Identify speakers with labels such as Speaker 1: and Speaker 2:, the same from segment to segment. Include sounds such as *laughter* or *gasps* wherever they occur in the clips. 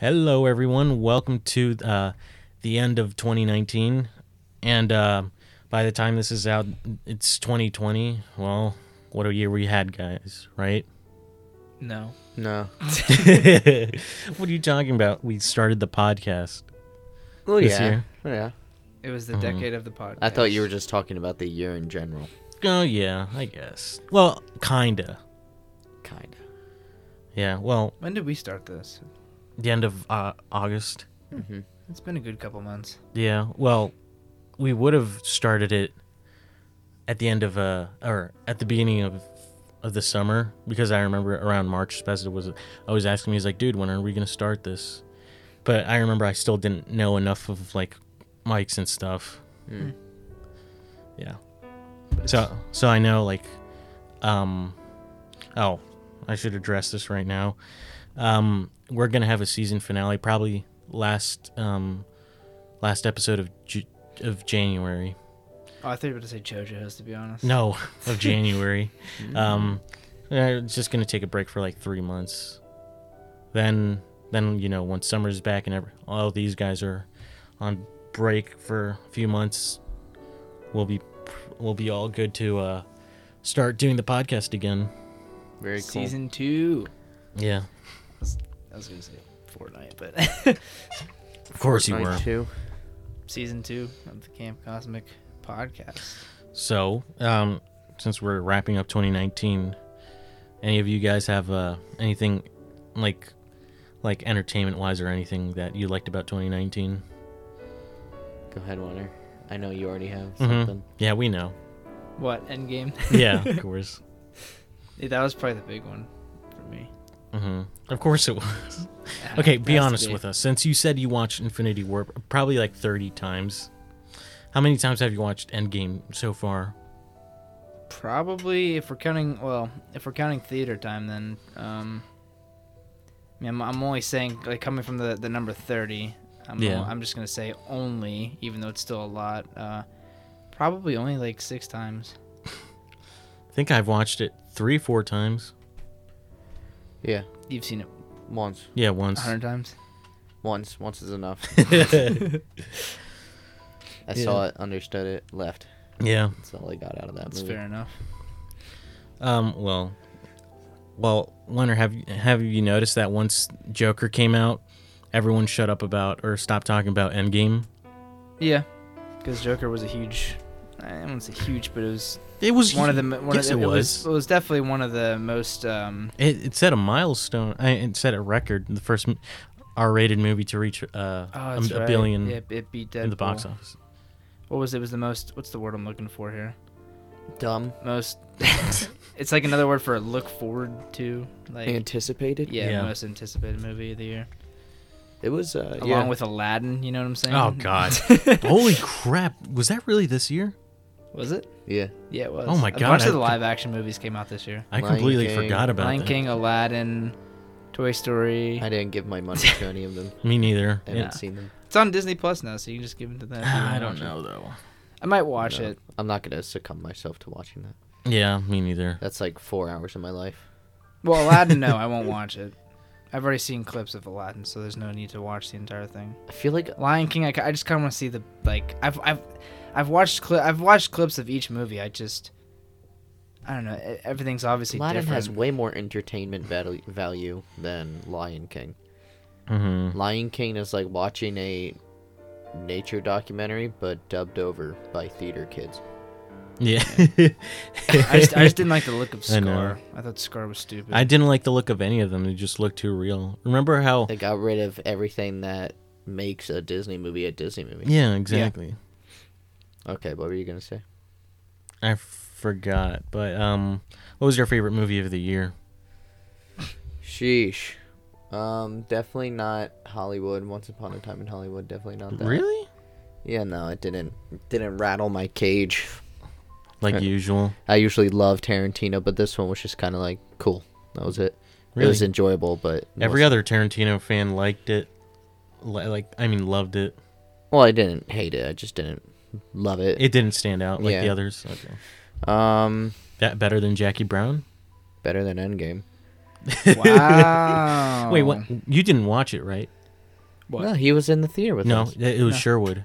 Speaker 1: Hello, everyone. Welcome to uh, the end of 2019. And uh, by the time this is out, it's 2020. Well, what a year we had, guys, right? *laughs*
Speaker 2: No.
Speaker 3: No.
Speaker 1: what are you talking about? We started the podcast.
Speaker 3: Well,
Speaker 1: This
Speaker 3: yeah.
Speaker 1: year?
Speaker 3: Oh, yeah.
Speaker 2: It was the
Speaker 1: Mhm.
Speaker 2: decade of the podcast.
Speaker 3: I thought you were just talking about the year in general.
Speaker 1: Oh, yeah, I guess. Well, kinda.
Speaker 3: Kind of.
Speaker 1: Yeah, well,
Speaker 2: When did we start this?
Speaker 1: the end of uh, August.
Speaker 3: Mm-hmm.
Speaker 2: It's been a good couple months.
Speaker 1: Yeah, well, we would have started it at the end of, uh, or at the beginning of, of the summer because I remember around March, Spezza was always asking me, he's like, dude, when are we going to start this? But I remember I still didn't know enough of, like, mics and stuff.
Speaker 3: Mm.
Speaker 1: Yeah.
Speaker 2: But it's-
Speaker 1: So so I know like um oh, I should address this right now. Um we're going to have a season finale probably last um last episode of J- of January.
Speaker 2: oh, I thought you were going to say JoJo's, to be honest.
Speaker 1: No, *laughs* of *laughs* January. um I'm just going to take a break for like 3 months. Then then you know, once summer's back and every, all these guys are on break for a few months, we'll be we'll be all good to uh start doing the podcast again.
Speaker 3: Very cool.
Speaker 2: Season two.
Speaker 1: Yeah.
Speaker 2: I was going to say Fortnite, but *laughs*
Speaker 1: Of course you
Speaker 3: Night
Speaker 1: were.
Speaker 3: two.
Speaker 2: season two of the Camp Cosmic podcast.
Speaker 1: So, um, since we're wrapping up 2019, any of you guys have uh, anything like like entertainment wise or anything that you liked about 2019?
Speaker 3: Go ahead, Warner. I know you already have
Speaker 1: Mhm.
Speaker 3: something.
Speaker 1: Yeah, we know.
Speaker 2: What, Endgame? *laughs*
Speaker 1: Yeah, of course.
Speaker 2: Yeah, that was probably the big one for me.
Speaker 1: hmm Of course it was. Okay, be honest with us. Since you said you watched Infinity War probably like 30 times, how many times have you watched Endgame so far?
Speaker 2: Probably, if we're counting, well, if we're counting theater time, then um, I mean, I'm, I'm only saying like coming from the the number thirty. I'm
Speaker 1: Yeah.
Speaker 2: I'm just gonna say only, even though it's still a lot. Uh, probably only like six times.
Speaker 1: I think I've watched it three, four times.
Speaker 3: Yeah.
Speaker 2: You've seen it
Speaker 3: Once.
Speaker 1: Yeah,
Speaker 2: a
Speaker 1: once.
Speaker 2: hundred times.
Speaker 3: Once. Once
Speaker 1: *laughs*
Speaker 3: is enough. I
Speaker 1: Yeah.
Speaker 3: saw it, understood it, left.
Speaker 1: *laughs* yeah.
Speaker 3: That's all I got out of that
Speaker 2: That's
Speaker 3: movie.
Speaker 2: fair enough.
Speaker 1: Um. Well. Well, Leonard, have you- have you noticed that once Joker came out, everyone shut up about or stopped talking about Endgame?
Speaker 2: Yeah, because Joker was a huge. I wouldn't say huge, but it was
Speaker 1: It was *laughs*
Speaker 2: one of the mo- one
Speaker 1: yes,
Speaker 2: of the,
Speaker 1: it
Speaker 2: it was
Speaker 1: was.
Speaker 2: it was definitely one of the most um
Speaker 1: It, it set a milestone. I, it set a record. The first m- R-rated movie to reach uh,
Speaker 2: oh,
Speaker 1: a,
Speaker 2: that's
Speaker 1: a
Speaker 2: right.
Speaker 1: billion
Speaker 2: it, it beat Deadpool
Speaker 1: in the box office.
Speaker 2: What was it? it was the most what's the word I'm looking for here?
Speaker 3: Dumb. *laughs*
Speaker 2: most it's like another word for look forward to like
Speaker 3: Anticipated.
Speaker 2: yeah,
Speaker 1: Yeah.
Speaker 2: most anticipated movie of the year
Speaker 3: It was. Uh,
Speaker 2: along
Speaker 3: yeah.
Speaker 2: with aladdin you know what i'm saying *laughs*
Speaker 1: Oh God! *laughs* Holy crap! Was that really this year?
Speaker 2: was it
Speaker 3: Yeah.
Speaker 2: yeah it was
Speaker 1: Oh my
Speaker 2: a bunch
Speaker 1: God,
Speaker 2: of
Speaker 1: I-
Speaker 2: the live action movies came out this year
Speaker 1: I
Speaker 3: Lion
Speaker 1: completely
Speaker 3: King.
Speaker 1: forgot about
Speaker 2: lion
Speaker 1: that.
Speaker 2: king aladdin toy story
Speaker 3: I didn't give my money to any of them.
Speaker 1: Me neither.
Speaker 3: I haven't
Speaker 1: Yeah.
Speaker 3: seen them.
Speaker 2: it's on disney plus now so you can just give it to that if you
Speaker 1: *sighs*
Speaker 2: wanna
Speaker 1: I don't
Speaker 2: watch it.
Speaker 1: know though.
Speaker 2: i might watch
Speaker 3: No.
Speaker 2: it
Speaker 3: I'm not gonna succumb myself to watching that.
Speaker 1: Yeah, me neither.
Speaker 3: That's like four hours of my life.
Speaker 2: well aladdin no i
Speaker 1: *laughs*
Speaker 2: won't watch it i've already seen clips of aladdin so there's no need to watch the entire thing
Speaker 3: I feel like
Speaker 2: Lion King, I, ca- I just kind of want to see the like. I've I've I've watched cli- I've watched clips of each movie. I just I don't know. e- Everything's obviously
Speaker 3: Aladdin
Speaker 2: different.
Speaker 1: *laughs*
Speaker 3: has way more entertainment val- value than Lion King.
Speaker 1: hmm
Speaker 3: Lion King is like watching a nature documentary, but dubbed over by theater kids.
Speaker 1: Yeah.
Speaker 2: *laughs* I, just,
Speaker 1: *laughs*
Speaker 2: I just didn't like the look of
Speaker 1: I know.
Speaker 2: Scar. I, thought Scar was stupid.
Speaker 1: I didn't like the look of any of them. They just looked too real. Remember how?
Speaker 3: They got rid of everything that makes a Disney movie a Disney movie.
Speaker 1: Yeah, exactly.
Speaker 3: Okay, what were you gonna say?
Speaker 1: I forgot. But um, what was your favorite movie of the year?
Speaker 3: Sheesh. Um, definitely not Hollywood. Once upon a time in Hollywood, definitely not that.
Speaker 1: Really?
Speaker 3: Yeah, no, it didn't. It didn't rattle my cage.
Speaker 1: Like
Speaker 3: Uh,
Speaker 1: usual.
Speaker 3: I usually love Tarantino, but this one was just kind of like cool. That was it. It was
Speaker 1: Really?
Speaker 3: enjoyable, but it
Speaker 1: Every
Speaker 3: wasn't-
Speaker 1: other Tarantino fan liked it. Li- Like, I mean, loved it.
Speaker 3: well, I didn't hate it. I just didn't love it.
Speaker 1: It didn't stand out like the
Speaker 3: Yeah.
Speaker 1: others. Okay.
Speaker 3: Um,
Speaker 1: That better than Jackie Brown?
Speaker 3: better than Endgame.
Speaker 2: wow.
Speaker 1: *laughs* Wait, what? You didn't watch it, right?
Speaker 2: What?
Speaker 3: No, he was in the theater with
Speaker 1: No,
Speaker 3: us.
Speaker 1: it it was
Speaker 2: No.
Speaker 1: Sherwood.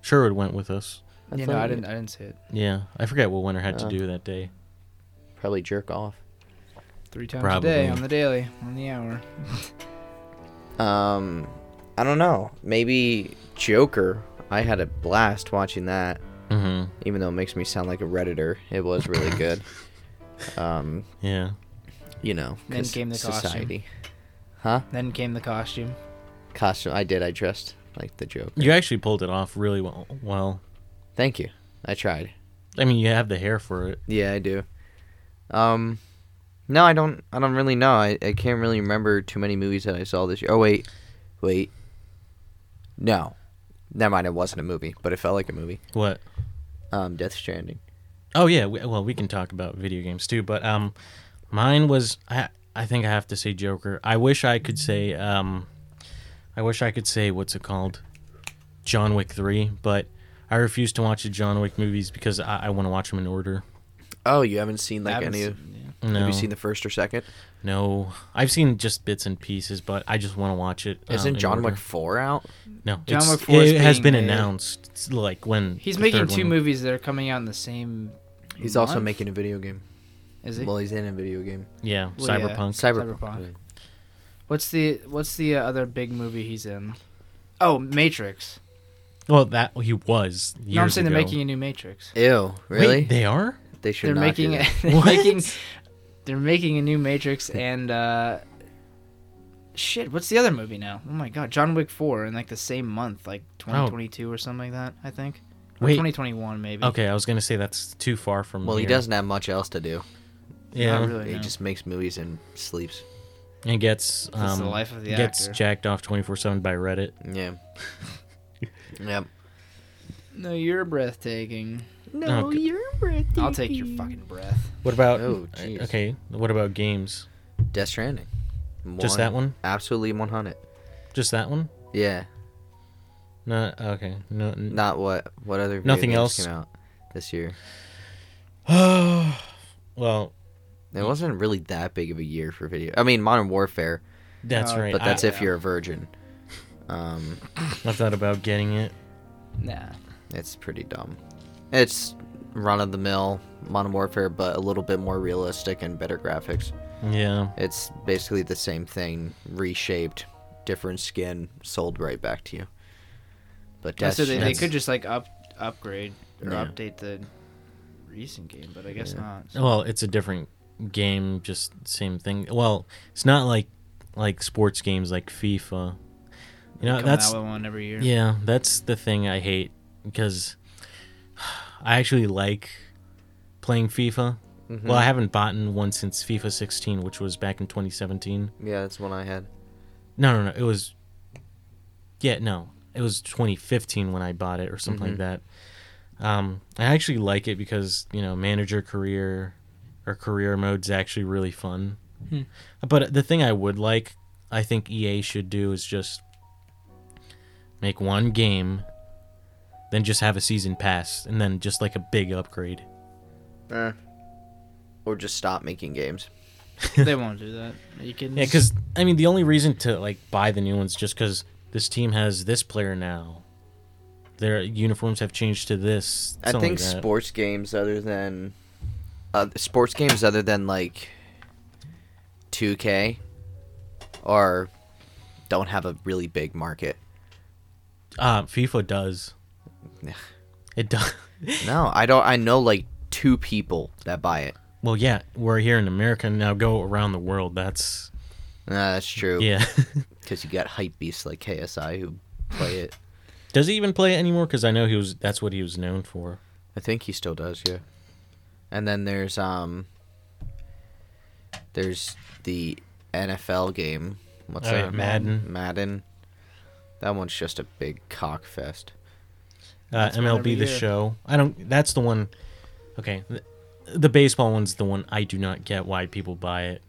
Speaker 1: Sherwood went with us.
Speaker 3: I
Speaker 2: yeah,
Speaker 3: thought
Speaker 2: no, I
Speaker 3: you-
Speaker 2: didn't. I didn't see it
Speaker 1: Yeah, I forget what Winter had
Speaker 3: Oh.
Speaker 1: to do that day.
Speaker 3: Probably jerk off.
Speaker 2: three times
Speaker 1: Probably.
Speaker 2: a day on the daily, on the hour.
Speaker 3: Um, I don't know. Maybe Joker. I had a blast watching that.
Speaker 1: hmm
Speaker 3: Even though it makes me sound like a redditor, it was really good. um,
Speaker 1: Yeah.
Speaker 3: you know,
Speaker 2: Then
Speaker 3: 'cause
Speaker 2: came the costume.
Speaker 3: society. Huh?
Speaker 2: Then came the costume.
Speaker 3: Costume. I did. I dressed like the Joker.
Speaker 1: You actually pulled it off really well. well.
Speaker 3: Thank you. I tried.
Speaker 1: I mean, you have the hair for it.
Speaker 3: Yeah, I do. Um, no, I don't. I don't really know. I, I can't really remember too many movies that I saw this year. Oh wait, wait. No, never mind. It wasn't a movie, but it felt like a movie.
Speaker 1: What?
Speaker 3: Um, Death Stranding.
Speaker 1: Oh yeah. We, well, we can talk about video games too, but um, mine was I. I think I have to say Joker. I wish I could say um, I wish I could say what's it called, John Wick Three, but I refuse to watch the John Wick movies because I, I want to watch them in order.
Speaker 3: Oh, you haven't seen like
Speaker 2: I haven't
Speaker 3: any. of
Speaker 2: seen- yeah.
Speaker 1: No,
Speaker 3: Have you seen the first or second?
Speaker 1: no. I've seen just bits and pieces, but I just want to watch it. um,
Speaker 3: Isn't
Speaker 1: in
Speaker 3: John
Speaker 1: order.
Speaker 3: Wick four out?
Speaker 1: No,
Speaker 2: John
Speaker 1: it's-
Speaker 2: Wick 4 is
Speaker 1: It has
Speaker 2: being
Speaker 1: been
Speaker 2: made.
Speaker 1: announced. It's like when
Speaker 2: He's
Speaker 1: the
Speaker 2: making
Speaker 1: third
Speaker 2: two
Speaker 1: one-
Speaker 2: movies that are coming out in the same.
Speaker 3: He's also
Speaker 2: month?
Speaker 3: making a video game.
Speaker 2: Is he?
Speaker 3: Well, he's in a video game.
Speaker 1: Yeah,
Speaker 2: Well, yeah.
Speaker 1: Cyberpunk.
Speaker 3: Cyberpunk.
Speaker 2: Cyberpunk. What's the What's the uh, other big movie he's in? Oh, Matrix.
Speaker 1: Well, that he was. Years
Speaker 2: no, I'm saying they're
Speaker 1: ago.
Speaker 2: making Mm-hmm. a new Matrix.
Speaker 3: Ew, really?
Speaker 1: Wait, they are.
Speaker 3: they should
Speaker 2: they're
Speaker 3: not
Speaker 2: making *laughs*
Speaker 3: do that.
Speaker 2: they're
Speaker 1: What?
Speaker 2: making they're making a
Speaker 1: *laughs*
Speaker 2: new Matrix and uh shit, what's the other movie now? Oh my god, John Wick 4 in like the same month, like 2022 or something like that, I think. Or
Speaker 1: Oh. Wait.
Speaker 2: 2021 maybe.
Speaker 1: Okay, I was gonna say that's too far from.
Speaker 3: Well, he
Speaker 1: here.
Speaker 3: doesn't have much else to do.
Speaker 1: Yeah,
Speaker 2: Not really.
Speaker 3: He
Speaker 2: no.
Speaker 3: just makes movies and sleeps.
Speaker 1: and gets
Speaker 2: It's
Speaker 1: um
Speaker 2: the life of the
Speaker 1: gets
Speaker 2: actor.
Speaker 1: jacked off twenty four seven by Reddit.
Speaker 2: *laughs*
Speaker 3: Yeah. yep.
Speaker 2: no, you're breathtaking.
Speaker 1: No, Okay.
Speaker 3: you're breathtaking.
Speaker 2: I'll take your fucking breath.
Speaker 1: What about?
Speaker 3: Oh, jeez.
Speaker 1: okay. What about games?
Speaker 3: Death Stranding.
Speaker 1: Just that one?
Speaker 3: Absolutely 100.
Speaker 1: Just that one?
Speaker 3: Yeah.
Speaker 1: No. Okay. No. n-
Speaker 3: Not what what other video
Speaker 1: Nothing
Speaker 3: games
Speaker 1: else?
Speaker 3: came out this year.
Speaker 1: *sighs* well,
Speaker 3: It
Speaker 1: Mm.
Speaker 3: wasn't really that big of a year for video. I mean, Modern Warfare,
Speaker 1: that's
Speaker 2: Uh,
Speaker 1: right.
Speaker 3: but that's
Speaker 1: I,
Speaker 3: if you're a virgin. Um,
Speaker 1: I thought about getting it.
Speaker 2: Nah.
Speaker 3: it's pretty dumb. It's run of the mill Modern Warfare, but a little bit more realistic and better graphics.
Speaker 1: Yeah.
Speaker 3: It's basically the same thing, reshaped, different skin, sold right back to you. But Death
Speaker 2: so they, they
Speaker 1: that's-
Speaker 2: could just like up upgrade or
Speaker 3: Yeah.
Speaker 2: update the recent game, but I guess
Speaker 3: Yeah.
Speaker 2: not. So-
Speaker 1: Well, it's a different game, just same thing. Well, it's not like like sports games like FIFA. You know,
Speaker 2: Coming
Speaker 1: that's
Speaker 2: out with one every year.
Speaker 1: Yeah, that's the thing I hate because I actually like playing FIFA.
Speaker 3: Mhm.
Speaker 1: Well, I haven't bought in one since FIFA 16, which was back in 2017.
Speaker 3: Yeah, that's one I had.
Speaker 1: No, no, no. It was yeah, no. It was 2015 when I bought it or something like that. Um, I actually like it because you know manager career or career mode's actually really fun.
Speaker 2: Hmm.
Speaker 1: But the thing I would like, I think EA should do is just make one game, then just have a season pass, and then just like a big upgrade.
Speaker 3: Eh. Or just stop making games.
Speaker 2: *laughs* they won't do that. Are you kidding?
Speaker 1: Yeah,
Speaker 2: me?
Speaker 1: because I mean, the only reason to like buy the new ones just because this team has this player now. Their uniforms have changed to this.
Speaker 3: I
Speaker 1: something
Speaker 3: think
Speaker 1: like that.
Speaker 3: sports games other than uh, sports games other than like 2K are don't have a really big market.
Speaker 1: Uh, FIFA does.
Speaker 3: Yeah.
Speaker 1: It does.
Speaker 3: No, I don't I know like two people that buy it.
Speaker 1: *laughs* Well, yeah, we're here in America now. Go around the world. That's
Speaker 3: Nah, that's true.
Speaker 1: yeah. *laughs*
Speaker 3: Cuz you got hype beasts like KSI who play it.
Speaker 1: does he even play it anymore? Because I know he was. That's what he was known for.
Speaker 3: I think he still does, yeah. And then there's um there's the NFL game. What's
Speaker 1: Oh,
Speaker 3: that?
Speaker 1: yeah, Madden.
Speaker 3: Madden. That one's just a big cockfest.
Speaker 1: Uh,
Speaker 2: That's one every
Speaker 1: MLB the
Speaker 2: year.
Speaker 1: Show. I don't. That's the one. Okay, the, the baseball one's the one I do not get why people buy it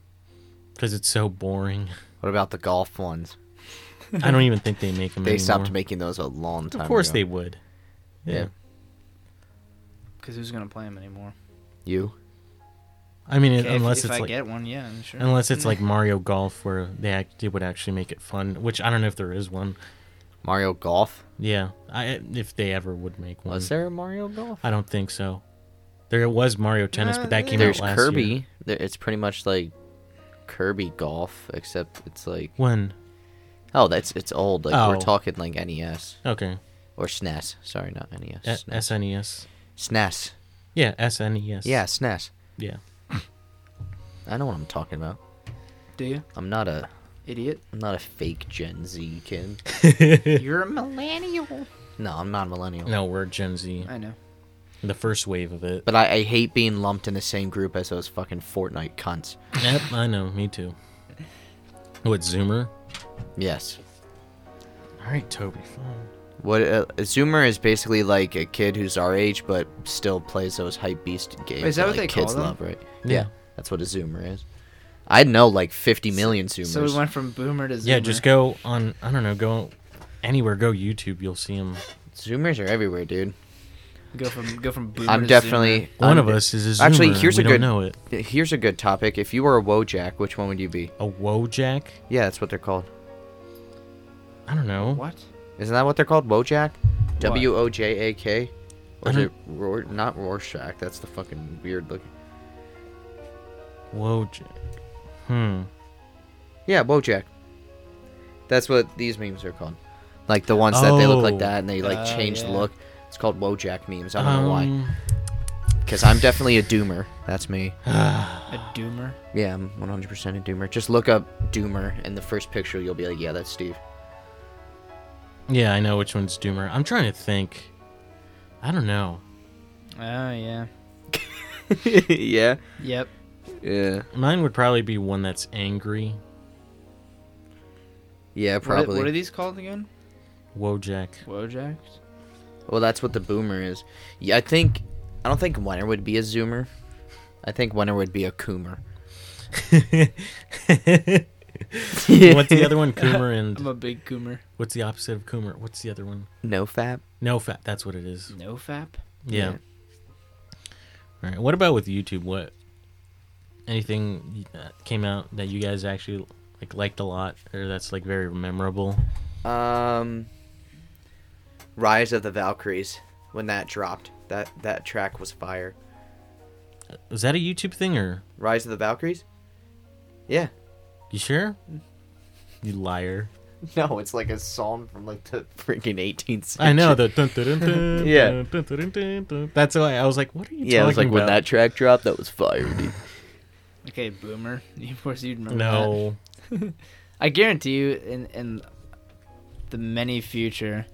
Speaker 1: because it's so boring.
Speaker 3: What about the golf ones?
Speaker 1: I don't even think they make them
Speaker 3: They
Speaker 1: anymore.
Speaker 3: stopped making those a long time ago.
Speaker 1: Of course they would. Yeah.
Speaker 3: Yeah.
Speaker 2: Because who's gonna play him anymore?
Speaker 3: You?
Speaker 1: I mean,
Speaker 2: Okay, if-
Speaker 1: unless
Speaker 2: if,
Speaker 1: it's
Speaker 2: I
Speaker 1: like
Speaker 2: get one, yeah, sure. Mm-hmm. *laughs*
Speaker 1: unless it's like Mario Golf where they act, they would actually make it fun, which I don't know if there is one.
Speaker 3: Mario Golf.
Speaker 1: Yeah, I if they ever would make one.
Speaker 3: Was there a Mario Golf?
Speaker 1: I don't think so. There was Mario Tennis,
Speaker 2: Uh,
Speaker 1: but that came
Speaker 3: There's
Speaker 1: out last
Speaker 3: Kirby.
Speaker 1: year.
Speaker 3: There, it's pretty much like Kirby Golf, except it's like
Speaker 1: When?
Speaker 3: oh, that's it's old. Like we're
Speaker 1: Oh.
Speaker 3: talking like NES
Speaker 1: Okay, E,
Speaker 3: or SNES. Sorry, not E NES.
Speaker 1: A-
Speaker 3: SNES.
Speaker 1: SNES.
Speaker 3: SNES.
Speaker 1: E Yeah, SNES.
Speaker 3: Yeah, SNES.
Speaker 1: yeah.
Speaker 3: I know what I'm talking about.
Speaker 2: Do you?
Speaker 3: I'm not a
Speaker 1: *laughs*
Speaker 2: Idiot.
Speaker 3: I'm not a fake Gen Z kid.
Speaker 2: You're a millennial.
Speaker 3: No, I'm not a millennial.
Speaker 1: No, we're Gen Z,
Speaker 2: I know.
Speaker 1: the first wave of it.
Speaker 3: But I, I hate being lumped in the same group as those fucking Fortnite cunts.
Speaker 1: yep, I know. Me
Speaker 3: *laughs*
Speaker 1: too. What Zoomer?
Speaker 3: Yes.
Speaker 1: All right, Toby. Fine.
Speaker 3: What uh, a Zoomer is basically like a kid who's our age but still plays those hype beast games.
Speaker 2: is that what
Speaker 3: like,
Speaker 2: they call
Speaker 3: kids
Speaker 2: them?
Speaker 3: love, right? Yeah.
Speaker 1: Yeah.
Speaker 3: that's what a Zoomer is. I know like 50 million Zoomers.
Speaker 2: So we went from boomer to zoomer.
Speaker 1: Yeah, just go on. I don't know. Go anywhere. Go YouTube. You'll see him.
Speaker 3: Zoomers are everywhere, dude.
Speaker 2: go from go from boomer.
Speaker 3: I'm
Speaker 2: to
Speaker 3: definitely
Speaker 1: One
Speaker 3: I'm
Speaker 1: of
Speaker 3: de-
Speaker 1: us is a Zoomer.
Speaker 3: Actually, here's
Speaker 1: we
Speaker 3: a
Speaker 1: don't
Speaker 3: good
Speaker 1: know it.
Speaker 3: Here's a good topic. If you were a Wojak, which one would you be?
Speaker 1: A Wojak?
Speaker 3: Yeah, that's what they're called.
Speaker 1: I don't know.
Speaker 2: Zoomer. What?
Speaker 3: Isn't that what they're called? Wojak? W O J A K? Or
Speaker 1: I
Speaker 3: is
Speaker 1: don't-
Speaker 3: it
Speaker 2: Uh-huh.
Speaker 3: Ror- not Rorschach? That's the fucking weird looking.
Speaker 1: Wojak. Hmm.
Speaker 3: Yeah, Bojack. That's what these memes are called. Like the ones that they look
Speaker 1: Oh.
Speaker 3: like that and they like
Speaker 2: Oh,
Speaker 3: change the
Speaker 2: yeah.
Speaker 3: look. It's called Bojack memes. I don't know why.
Speaker 1: Um,
Speaker 3: Because I'm definitely a doomer.
Speaker 2: *laughs*
Speaker 3: That's me.
Speaker 2: A doomer.
Speaker 3: Yeah, I'm 100% a doomer. Just look up doomer and the first picture you'll be like, yeah,
Speaker 2: *laughs*
Speaker 3: that's Steve.
Speaker 1: Yeah, I know which one's Doomer. I'm trying to think. I don't know.
Speaker 2: Oh yeah.
Speaker 3: yeah.
Speaker 2: Yep.
Speaker 3: Yeah.
Speaker 1: Mine would probably be one that's angry.
Speaker 3: Yeah,
Speaker 2: What are-
Speaker 3: probably.
Speaker 2: What are these called again?
Speaker 3: *laughs*
Speaker 1: Wojak.
Speaker 2: Wojaks.
Speaker 3: Well, that's what the boomer is. Yeah, I think. I don't think winner would be a zoomer. I think winner would be a coomer.
Speaker 1: What's the other one? Coomer
Speaker 3: *laughs*
Speaker 2: I'm
Speaker 1: and
Speaker 2: a big goomer.
Speaker 1: what's the opposite of Coomer? What's the other one?
Speaker 3: No fap.
Speaker 1: No fat. That's what it is.
Speaker 2: No fap.
Speaker 1: Yeah.
Speaker 3: Yeah.
Speaker 1: All right. What about with YouTube? What anything that came out that you guys actually like liked a lot, or that's like very memorable?
Speaker 3: Um, Rise of the Valkyries. When that dropped, that that track was fire.
Speaker 1: Was that a YouTube thing, or
Speaker 3: Rise of the Valkyries. Yeah. *laughs*
Speaker 1: you sure? You liar!
Speaker 3: No, it's like a song from like the freaking 18th
Speaker 1: *laughs*
Speaker 3: century.
Speaker 1: I know the dun, dun, dun, dun,
Speaker 3: Yeah.
Speaker 1: dun, dun, dun, dun, dun. That's why I was like, "What are you
Speaker 3: Yeah, it was like
Speaker 1: talking
Speaker 3: when that
Speaker 1: about?"
Speaker 3: track dropped, that was fire. Dude.
Speaker 2: Okay, boomer. *laughs* Of course you'd remember that.
Speaker 1: no,
Speaker 2: I guarantee you, in in the many future,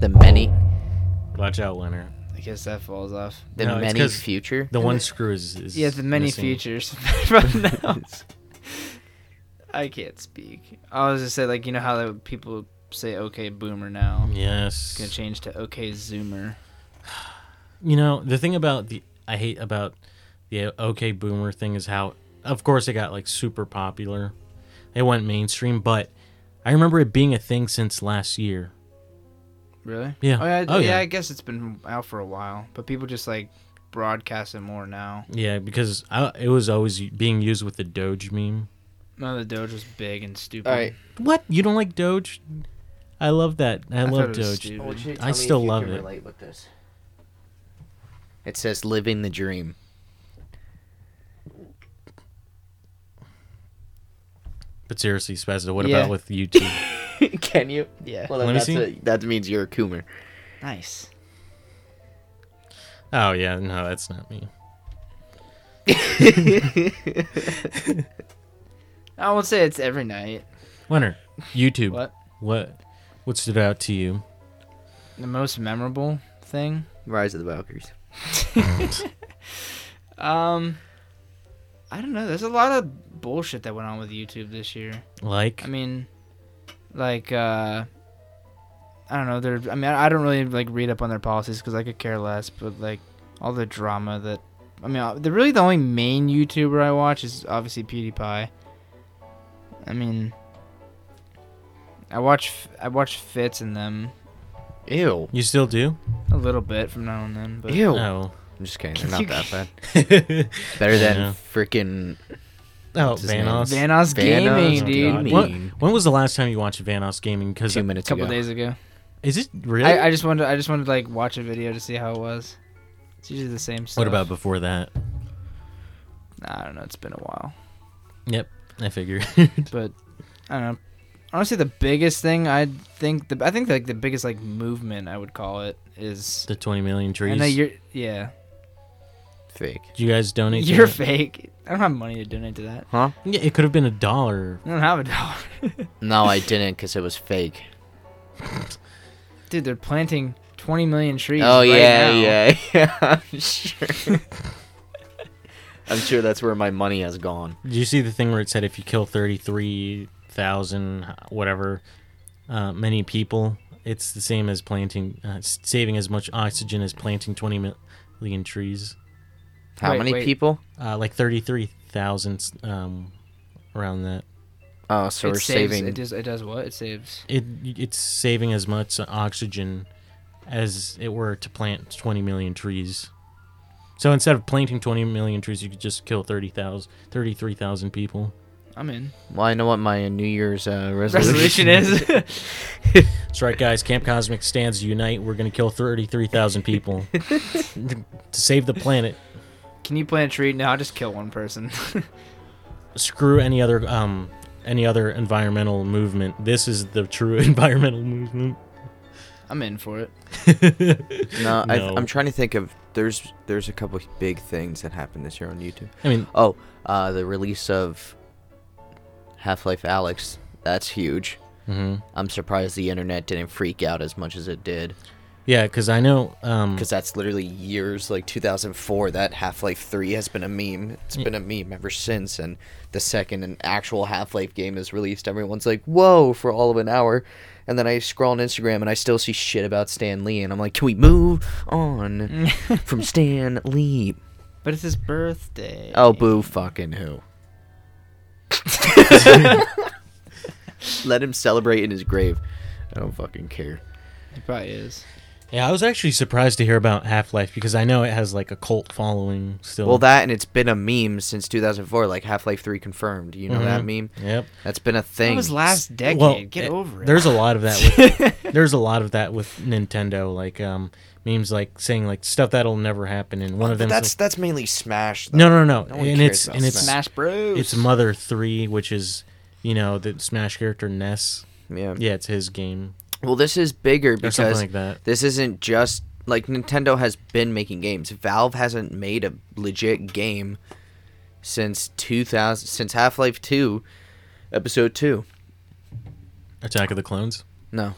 Speaker 3: The many,
Speaker 1: watch out, Leonard.
Speaker 2: I guess that falls off.
Speaker 3: the
Speaker 1: No, it's
Speaker 3: many
Speaker 1: 'cause-
Speaker 3: future.
Speaker 1: The one screw is, is
Speaker 2: Yeah, the many
Speaker 1: missing.
Speaker 2: futures *laughs*
Speaker 1: *laughs*
Speaker 2: from now. I can't speak. I was just say like you know how the people say okay boomer now. It's gonna
Speaker 1: Yes,
Speaker 2: change to okay zoomer.
Speaker 1: you know the thing about the I hate about the OK Boomer thing is how, of course, it got like super popular. It went mainstream, but I remember it being a thing since last year.
Speaker 2: Really?
Speaker 1: Yeah.
Speaker 2: Oh yeah. I-
Speaker 1: Oh,
Speaker 2: yeah.
Speaker 1: yeah.
Speaker 2: I guess it's been out for a while, but people just like broadcast it more now.
Speaker 1: Yeah, because I, it was always being used with the Doge meme.
Speaker 2: None of the Doge was big and stupid.
Speaker 3: All right.
Speaker 1: What? You don't like Doge? I love that. I,
Speaker 2: thought
Speaker 1: love
Speaker 2: it was
Speaker 1: Doge.
Speaker 2: stupid.
Speaker 1: I still love it.
Speaker 3: It says living the dream.
Speaker 1: But seriously, Spazza, what
Speaker 2: Yeah.
Speaker 1: about with
Speaker 2: *laughs*
Speaker 1: YouTube?
Speaker 3: *laughs* Can you?
Speaker 2: Yeah.
Speaker 3: Well,
Speaker 1: then Let me that's see. a-
Speaker 3: that means you're
Speaker 2: *laughs*
Speaker 3: a coomer.
Speaker 2: nice.
Speaker 1: oh yeah, no, that's not me.
Speaker 2: I won't say it's every night.
Speaker 1: Leonard, YouTube.
Speaker 2: What?
Speaker 1: What? What stood out to you?
Speaker 2: The most memorable thing.
Speaker 3: Rise of the Valkyries.
Speaker 2: Um, I don't know. There's a lot of bullshit that went on with YouTube this year.
Speaker 1: Like?
Speaker 2: I mean, like, uh, I don't know. They're. I mean, I I don't really like read up on their policies because I could care less. But like, all the drama that. I mean, uh, the really the only main YouTuber I watch is obviously PewDiePie. I mean, I watch F- I watch Fitz and them
Speaker 3: Ew.
Speaker 1: you still do?
Speaker 2: a little bit from now and then. But
Speaker 3: Ew.
Speaker 1: No.
Speaker 2: *laughs*
Speaker 1: Oh.
Speaker 3: I'm just kidding. They're not that bad.
Speaker 1: I
Speaker 3: Better than
Speaker 1: Yeah.
Speaker 3: freaking
Speaker 1: *laughs*
Speaker 3: Oh
Speaker 1: Oh,
Speaker 3: What's his name?
Speaker 1: Vanos.
Speaker 2: Vanoss Gaming,
Speaker 3: Vanoss
Speaker 2: dude.
Speaker 3: Gaming.
Speaker 1: What- when was the last time you watched Vanos Gaming? Because
Speaker 3: Two minutes
Speaker 2: A couple
Speaker 3: ago.
Speaker 2: days ago.
Speaker 1: is it really?
Speaker 2: I, I just wanted I just wanted to like watch a video to see how it was. It's usually the same stuff.
Speaker 1: what about before that?
Speaker 2: Nah, I don't know. It's been a while,
Speaker 1: Yep, I figured. *laughs*
Speaker 2: but I don't know. Honestly, the biggest thing I think the I think like the biggest like movement I would call it is.
Speaker 1: the 20 million
Speaker 2: I
Speaker 1: trees.
Speaker 2: know
Speaker 1: Did
Speaker 2: you're yeah.
Speaker 3: Fake.
Speaker 1: you guys donate? to
Speaker 2: You're
Speaker 1: that?
Speaker 2: fake. I don't have money to donate to that.
Speaker 1: yeah, it could have been a dollar.
Speaker 2: I don't have a dollar. *laughs*
Speaker 3: No, I didn't because it was fake.
Speaker 2: Dude, they're planting 20 million trees.
Speaker 3: Oh
Speaker 2: right
Speaker 3: yeah,
Speaker 2: now.
Speaker 3: yeah,
Speaker 2: *laughs*
Speaker 3: yeah. I'm sure. I'm sure that's where my money has gone.
Speaker 1: Did you see the thing where it said if you kill 33,000 whatever uh, many people, it's the same as planting uh, s- saving as much oxygen as planting 20 million trees.
Speaker 3: How
Speaker 2: Wait,
Speaker 3: many
Speaker 2: wait.
Speaker 3: people?
Speaker 1: Uh, like 33,000 um around that.
Speaker 3: Oh, so
Speaker 2: it
Speaker 3: we're
Speaker 2: saves,
Speaker 3: saving.
Speaker 2: It does. It does what? It saves.
Speaker 1: It it's saving as much oxygen as it were to plant 20 million trees. So instead of planting 20 million trees, you could just kill 30,000 33,000 people.
Speaker 2: I'm in.
Speaker 3: Well, I know what my New Year's uh,
Speaker 2: Resolution
Speaker 3: resolution, *laughs*
Speaker 1: *laughs*
Speaker 2: is. *laughs*
Speaker 1: That's right, guys. Camp Cosmic stands to unite. We're going to kill 33,000 people to save the planet.
Speaker 2: Can you plant a tree? No, I'll just kill one person. *laughs*
Speaker 1: Screw any other um any other environmental movement. This is the true *laughs* environmental movement.
Speaker 2: I'm in for it.
Speaker 3: No, I th-
Speaker 1: No.
Speaker 3: I'm trying to think of. There's there's a couple big things that happened this year on YouTube.
Speaker 1: I mean,
Speaker 3: Oh, uh, the release of Half Life Alex. That's huge.
Speaker 1: mhm.
Speaker 3: I'm surprised the internet didn't freak out as much as it did.
Speaker 1: yeah, because I know um,
Speaker 3: Because that's literally years, like 2004. That Half Life 3 has been a meme. It's been a meme ever since. And the second an actual Half Life game is released, everyone's like, whoa, for all of an hour. And then I scroll on Instagram and I still see shit about Stan Lee. And I'm like, can we move on from Stan Lee?
Speaker 2: But it's his birthday.
Speaker 3: Oh, boo fucking who. Let him celebrate in his grave. I don't fucking care.
Speaker 2: It probably is.
Speaker 1: Yeah, I was actually surprised to hear about Half Life because I know it has like a cult following still.
Speaker 3: Well, that and it's been a meme since 2004, like Half Life 3 confirmed. You know that meme?
Speaker 1: Yep.
Speaker 3: That's been a thing.
Speaker 2: That was last decade.
Speaker 1: Well,
Speaker 2: Get
Speaker 1: it-
Speaker 2: over it.
Speaker 1: There's a lot of that.
Speaker 3: *laughs*
Speaker 1: With, there's a lot of that with Nintendo, like um, memes like saying like stuff that'll never happen, and one of them.
Speaker 3: that's that's mainly Smash. Though.
Speaker 1: no, no, no,
Speaker 3: No one
Speaker 1: and
Speaker 3: cares
Speaker 1: it's
Speaker 3: about
Speaker 1: and it's
Speaker 2: Smash Bros.
Speaker 1: it's Mother Three, which is you know the Smash character Ness.
Speaker 3: Yeah.
Speaker 1: Yeah, it's his game
Speaker 3: Well, this is bigger
Speaker 1: or something
Speaker 3: because
Speaker 1: like that.
Speaker 3: this isn't just like Nintendo has been making games. Valve hasn't made a legit game since 2000 since Half-Life 2 episode 2.
Speaker 1: Attack of the Clones.
Speaker 3: No.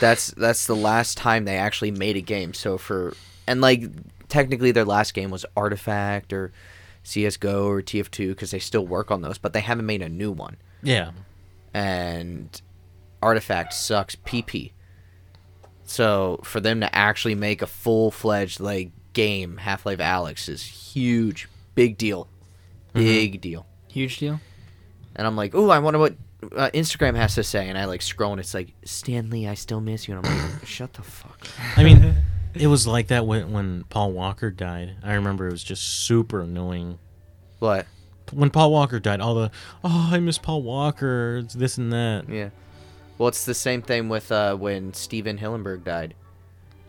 Speaker 3: That's that's the last time they actually made a game. So for and like technically their last game was Artifact or CS:GO or TF2 because they still work on those, but they haven't made a new one.
Speaker 1: Yeah,
Speaker 3: And Artifact sucks PP. So for them to actually make a full-fledged like game, Half-Life Alex is huge, big deal. Big deal
Speaker 2: huge deal.
Speaker 3: and I'm like, ooh, I wonder what uh, Instagram has to say. And I like scroll, and it's like, Stanley, I still miss you. And I'm like, shut the fuck. up.
Speaker 1: I
Speaker 3: *laughs*
Speaker 1: mean, it was like that when when Paul Walker died. I remember it was just super annoying.
Speaker 3: But
Speaker 1: when Paul Walker died, all the oh I miss Paul Walker, it's this and that.
Speaker 3: yeah, well, it's the same thing with uh, when Steven Hillenberg died.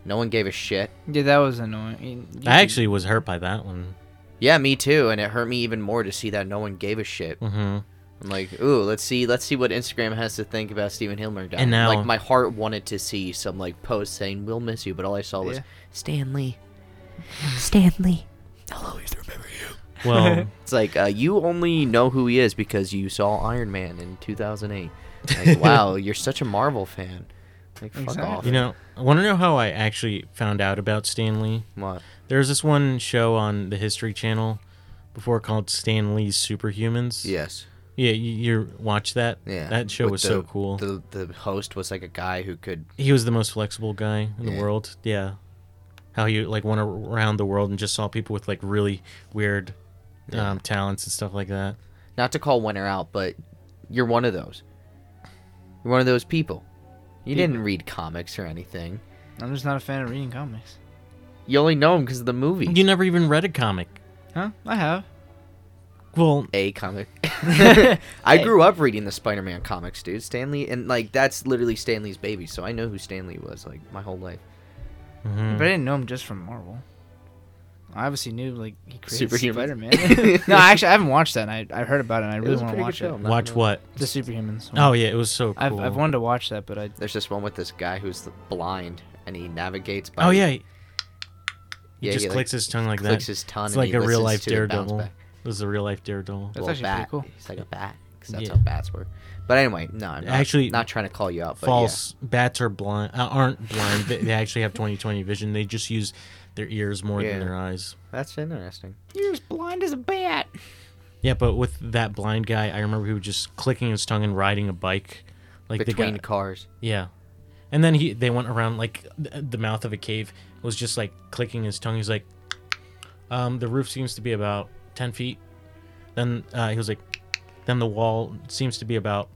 Speaker 3: No one gave a shit.
Speaker 2: Yeah, that was annoying. You could-
Speaker 1: I actually was hurt by that one.
Speaker 3: Yeah, me too. And it hurt me even more to see that no one gave a shit.
Speaker 1: hmm
Speaker 3: I'm like, ooh, let's see, let's see what Instagram has to think about Steven Hillenberg dying.
Speaker 1: And now-
Speaker 3: like, my heart wanted to see some like post saying we'll miss you, but all I saw was
Speaker 2: Yeah.
Speaker 3: Stanley. Stanley, I'll always remember you. *laughs*
Speaker 1: Well,
Speaker 3: It's like uh, you only know who he is because you saw Iron Man in 2008.
Speaker 1: *laughs*
Speaker 3: Like, wow, you're such a Marvel fan. Like, fuck off.
Speaker 2: Exactly.
Speaker 1: you know, I want to know how I actually found out about Stanley.
Speaker 3: What?
Speaker 1: There's this one show on the History Channel before called Stan Lee's Superhumans.
Speaker 3: Yes.
Speaker 1: yeah, you, you watch that.
Speaker 3: Yeah.
Speaker 1: that show
Speaker 3: With
Speaker 1: was
Speaker 3: the-
Speaker 1: so cool.
Speaker 3: The the host was like a guy who could.
Speaker 1: he was the most flexible guy in
Speaker 3: Yeah.
Speaker 1: the world. Yeah, how he like went ar- around the world and just saw people with like really weird um, talents and stuff like that.
Speaker 3: Not to call winner out, but you're one of those. You're one of those people. You didn't read comics or anything.
Speaker 2: I'm just not a fan of reading comics.
Speaker 3: You only know him because of the movie.
Speaker 1: You never even read a comic.
Speaker 2: Huh? I have.
Speaker 1: Well, *laughs*
Speaker 3: a comic. *laughs* I grew up reading the Spider-Man comics, dude. Stanley and like that's literally Stanley's baby, so I know who Stanley was like my whole life.
Speaker 1: mhm.
Speaker 2: But I didn't know him just from Marvel. I obviously knew like he created
Speaker 3: Superhumans.
Speaker 2: Spider-Man.
Speaker 3: *laughs*
Speaker 2: no, actually, I haven't watched that. And I I heard about it. and I
Speaker 3: It
Speaker 2: really
Speaker 3: was a
Speaker 2: want to
Speaker 3: pretty good
Speaker 2: watch
Speaker 3: show,
Speaker 2: it.
Speaker 3: I'm not
Speaker 1: watch
Speaker 3: gonna lie.
Speaker 1: what?
Speaker 2: The Superhumans. one.
Speaker 1: Oh yeah, it was so cool.
Speaker 2: I've I've wanted to watch that, but I
Speaker 3: There's this one with this guy who's blind and he navigates by
Speaker 1: Oh yeah, he
Speaker 3: Yeah,
Speaker 1: just
Speaker 3: he, like,
Speaker 1: clicks his tongue like
Speaker 3: clicks
Speaker 1: that.
Speaker 3: his tongue
Speaker 1: it's
Speaker 3: and
Speaker 1: like
Speaker 3: he
Speaker 1: a real
Speaker 3: listens
Speaker 1: life
Speaker 3: to it bounce
Speaker 1: daredevil.
Speaker 3: back.
Speaker 1: It was a real life daredevil.
Speaker 2: That's
Speaker 3: Well,
Speaker 2: actually pretty
Speaker 3: bat.
Speaker 2: cool.
Speaker 3: He's like a bat. 'cause that's
Speaker 1: Yeah.
Speaker 3: how bats work. But anyway, no, I'm
Speaker 1: Actually,
Speaker 3: not, actually not trying to call you out. But
Speaker 1: False. Bats are blind. Uh, aren't blind. they, they actually have 20/20 vision. They just use their ears more
Speaker 3: Yeah.
Speaker 1: than their eyes.
Speaker 3: Yeah, that's interesting.
Speaker 2: you're as blind as a bat.
Speaker 1: Yeah, but with that blind guy, I remember he was just clicking his tongue and riding a bike, like
Speaker 3: Between
Speaker 1: the guy.
Speaker 3: cars,
Speaker 1: Yeah, and then he they went around like th- the mouth of a cave was just like clicking his tongue. He's like, um, the roof seems to be about ten feet. Then uh, he was like, then the wall seems to be about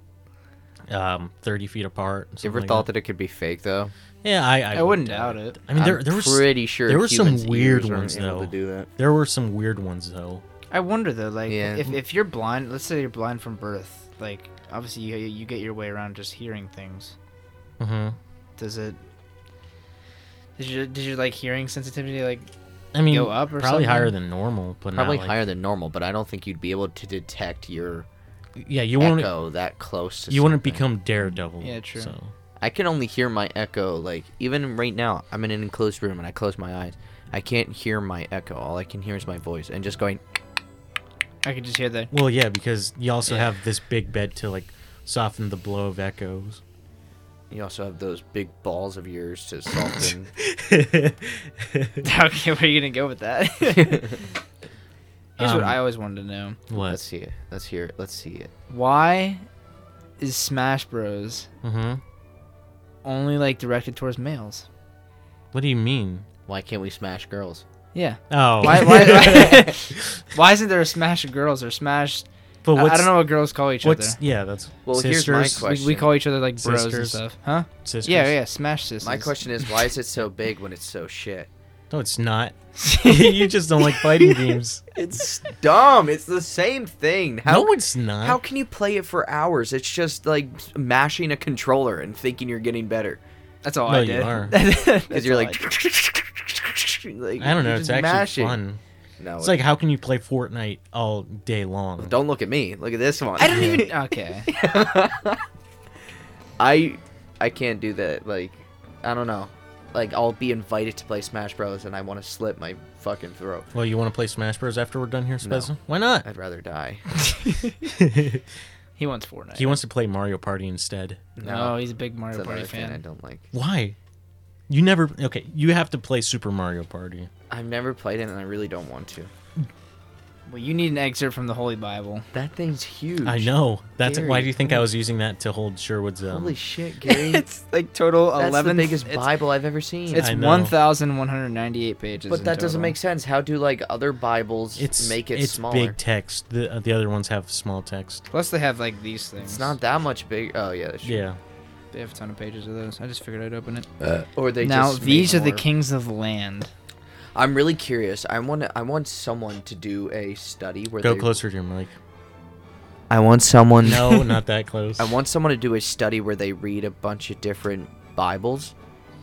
Speaker 1: um thirty feet apart.
Speaker 3: you ever thought that. it could be fake though?
Speaker 1: Yeah, I I,
Speaker 2: I, wouldn't doubt it.
Speaker 1: I mean, there
Speaker 3: I'm
Speaker 1: there was
Speaker 3: pretty sure
Speaker 1: there were some
Speaker 3: humans'
Speaker 1: weird
Speaker 3: ears aren't
Speaker 1: ones,
Speaker 3: able
Speaker 1: though.
Speaker 3: To do that.
Speaker 1: there were some weird ones though.
Speaker 2: I wonder though, like
Speaker 3: Yeah.
Speaker 2: if, if you're blind, let's say you're blind from birth, like obviously you you get your way around just hearing things. Mm-hmm.
Speaker 1: hmm
Speaker 2: Does it? Did you did you like hearing sensitivity like
Speaker 1: I mean,
Speaker 2: Go up or
Speaker 1: probably
Speaker 2: something?
Speaker 1: higher than normal, but
Speaker 3: Probably
Speaker 1: not, like-
Speaker 3: higher than normal, but I don't think you'd be able to detect your
Speaker 1: Yeah, you won't
Speaker 3: echo that close. To
Speaker 1: you wouldn't
Speaker 3: something.
Speaker 1: become daredevil.
Speaker 2: Yeah, true.
Speaker 1: So.
Speaker 3: I can only hear my echo. Like even right now, I'm in an enclosed room and I close my eyes. I can't hear my echo. All I can hear is my voice and just going.
Speaker 2: I could just hear that?
Speaker 1: Well, yeah, because you also
Speaker 2: Yeah.
Speaker 1: have this big bed to like soften the blow of echoes.
Speaker 3: You also have those big balls of yours to soften.
Speaker 2: *laughs* okay, where are you gonna go with that? *laughs* Here's
Speaker 1: Um,
Speaker 2: what I always wanted to know:
Speaker 3: Let's
Speaker 1: What?
Speaker 3: see it. Let's hear it. Let's see it.
Speaker 2: Why is Smash Bros
Speaker 1: Mm-hmm.
Speaker 2: only like directed towards males?
Speaker 1: What do you mean?
Speaker 3: Why can't we smash girls?
Speaker 2: Yeah.
Speaker 1: Oh,
Speaker 2: Why why, why, why isn't there a Smash girls or Smash?
Speaker 1: but
Speaker 2: I, I
Speaker 1: what's,
Speaker 2: don't know what girls call each other.
Speaker 1: What's yeah? That's
Speaker 3: Well, here's
Speaker 1: sisters,
Speaker 3: my
Speaker 2: We, we
Speaker 3: question.
Speaker 2: call each other like bros
Speaker 1: Sisters.
Speaker 2: and stuff, huh?
Speaker 1: Sisters.
Speaker 2: Yeah, yeah, Smash sisters.
Speaker 3: My question is, why is it so big when it's so shit?
Speaker 1: No, it's not. you just don't like fighting games.
Speaker 3: It's *laughs* dumb. It's the same thing. How
Speaker 1: no, it's not.
Speaker 3: how can you play it for hours? It's just like mashing a controller and thinking you're getting better
Speaker 2: That's all
Speaker 1: No,
Speaker 2: I
Speaker 1: you
Speaker 2: did. *laughs*
Speaker 1: are.
Speaker 3: because
Speaker 2: Because
Speaker 3: you're like, *laughs* like,
Speaker 1: I don't know.
Speaker 3: you
Speaker 1: It's
Speaker 3: just
Speaker 1: actually
Speaker 3: mash it.
Speaker 1: fun.
Speaker 3: No,
Speaker 1: It's like how can you play Fortnite all day long?
Speaker 3: don't look at me. Look at this one.
Speaker 2: I don't *laughs*
Speaker 3: *laughs*
Speaker 2: even. Okay.
Speaker 3: I I can't do that. Like, I don't know. Like, I'll be invited to play Smash Bros. and I want to slip my fucking throat.
Speaker 1: Well, you want to play Smash Bros. after we're done here,
Speaker 3: No.
Speaker 1: Spezza? Why not?
Speaker 3: *laughs* I'd rather die.
Speaker 2: He wants Fortnite.
Speaker 1: he wants to play Mario Party instead.
Speaker 2: no, he's a big Mario
Speaker 3: That's
Speaker 2: Party
Speaker 3: another thing I
Speaker 2: fan.
Speaker 3: don't like.
Speaker 1: Why? You never. Okay, you have to play Super Mario Party.
Speaker 3: I've never played it and I really don't want to.
Speaker 2: Well, you need an excerpt from the Holy Bible.
Speaker 3: That thing's huge.
Speaker 1: I know. That's why
Speaker 3: Gary,
Speaker 1: do you think I was using that to hold Sherwood's? Um,
Speaker 3: *laughs* Holy shit,
Speaker 2: *laughs*
Speaker 3: Gary.
Speaker 2: like total
Speaker 3: That's the biggest
Speaker 2: It's,
Speaker 3: Bible I've ever seen.
Speaker 2: it's
Speaker 1: I know.
Speaker 2: 1,198 pages.
Speaker 3: but
Speaker 2: in
Speaker 3: that doesn't
Speaker 2: total.
Speaker 3: make sense. How do like other Bibles
Speaker 1: it's
Speaker 3: make it
Speaker 1: it's
Speaker 3: smaller?
Speaker 1: big text. The uh, the other ones have small text.
Speaker 2: Plus, they have like these things.
Speaker 3: It's not that much big. Oh yeah. that's true.
Speaker 1: Yeah.
Speaker 2: They have a ton of pages of those. I just figured I'd open it.
Speaker 3: Or they
Speaker 2: now
Speaker 3: just made
Speaker 2: these are the
Speaker 3: more.
Speaker 2: kings of the land. *laughs*
Speaker 3: I'm really curious. I want I want someone to do a study where
Speaker 1: Go
Speaker 3: they
Speaker 1: closer to your
Speaker 3: *laughs*
Speaker 1: mic.
Speaker 3: I want someone
Speaker 1: No, not that close.
Speaker 3: *laughs* I want someone to do a study where they read a bunch of different Bibles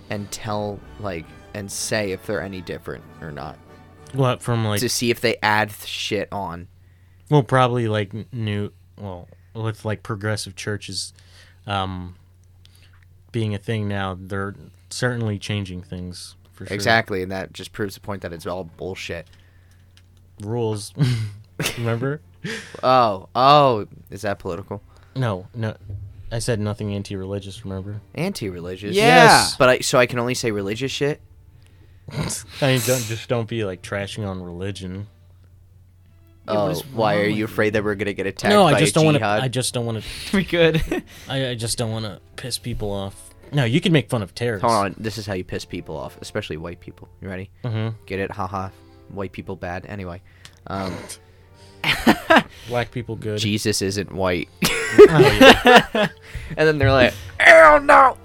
Speaker 3: and tell like and say if they're any different or not
Speaker 1: what from like?
Speaker 3: to see if they add th- shit on.
Speaker 1: Well, probably like n- new. Well, with like progressive churches, um, being a thing now, they're certainly changing things for sure.
Speaker 3: Exactly, and that just proves the point that it's all bullshit.
Speaker 1: Rules. *laughs* Remember?
Speaker 3: Oh, oh, is that political?
Speaker 1: No, no. I said nothing anti-religious. Remember?
Speaker 3: Anti-religious.
Speaker 2: Yeah.
Speaker 3: But I so I can only say religious shit.
Speaker 1: I mean, don't just don't be like trashing on religion.
Speaker 2: Yeah, what
Speaker 3: oh,
Speaker 2: is
Speaker 3: why
Speaker 2: wrong
Speaker 3: are
Speaker 2: with
Speaker 3: you afraid that we're gonna get attacked?
Speaker 1: No,
Speaker 3: by
Speaker 1: I just don't
Speaker 3: want
Speaker 1: want to. I just don't want to
Speaker 2: we could. *laughs*
Speaker 1: I, I just don't want to piss people off. No, you can make fun of terrorists.
Speaker 3: Hold on, this is how you piss people off, especially white people. You ready?
Speaker 1: Mhm.
Speaker 3: Get it? Haha. White people bad. Anyway, um,
Speaker 1: Black people good.
Speaker 3: Jesus isn't white. *laughs*
Speaker 1: Oh, *laughs* yeah.
Speaker 3: and then they're like, *laughs* "Oh no!"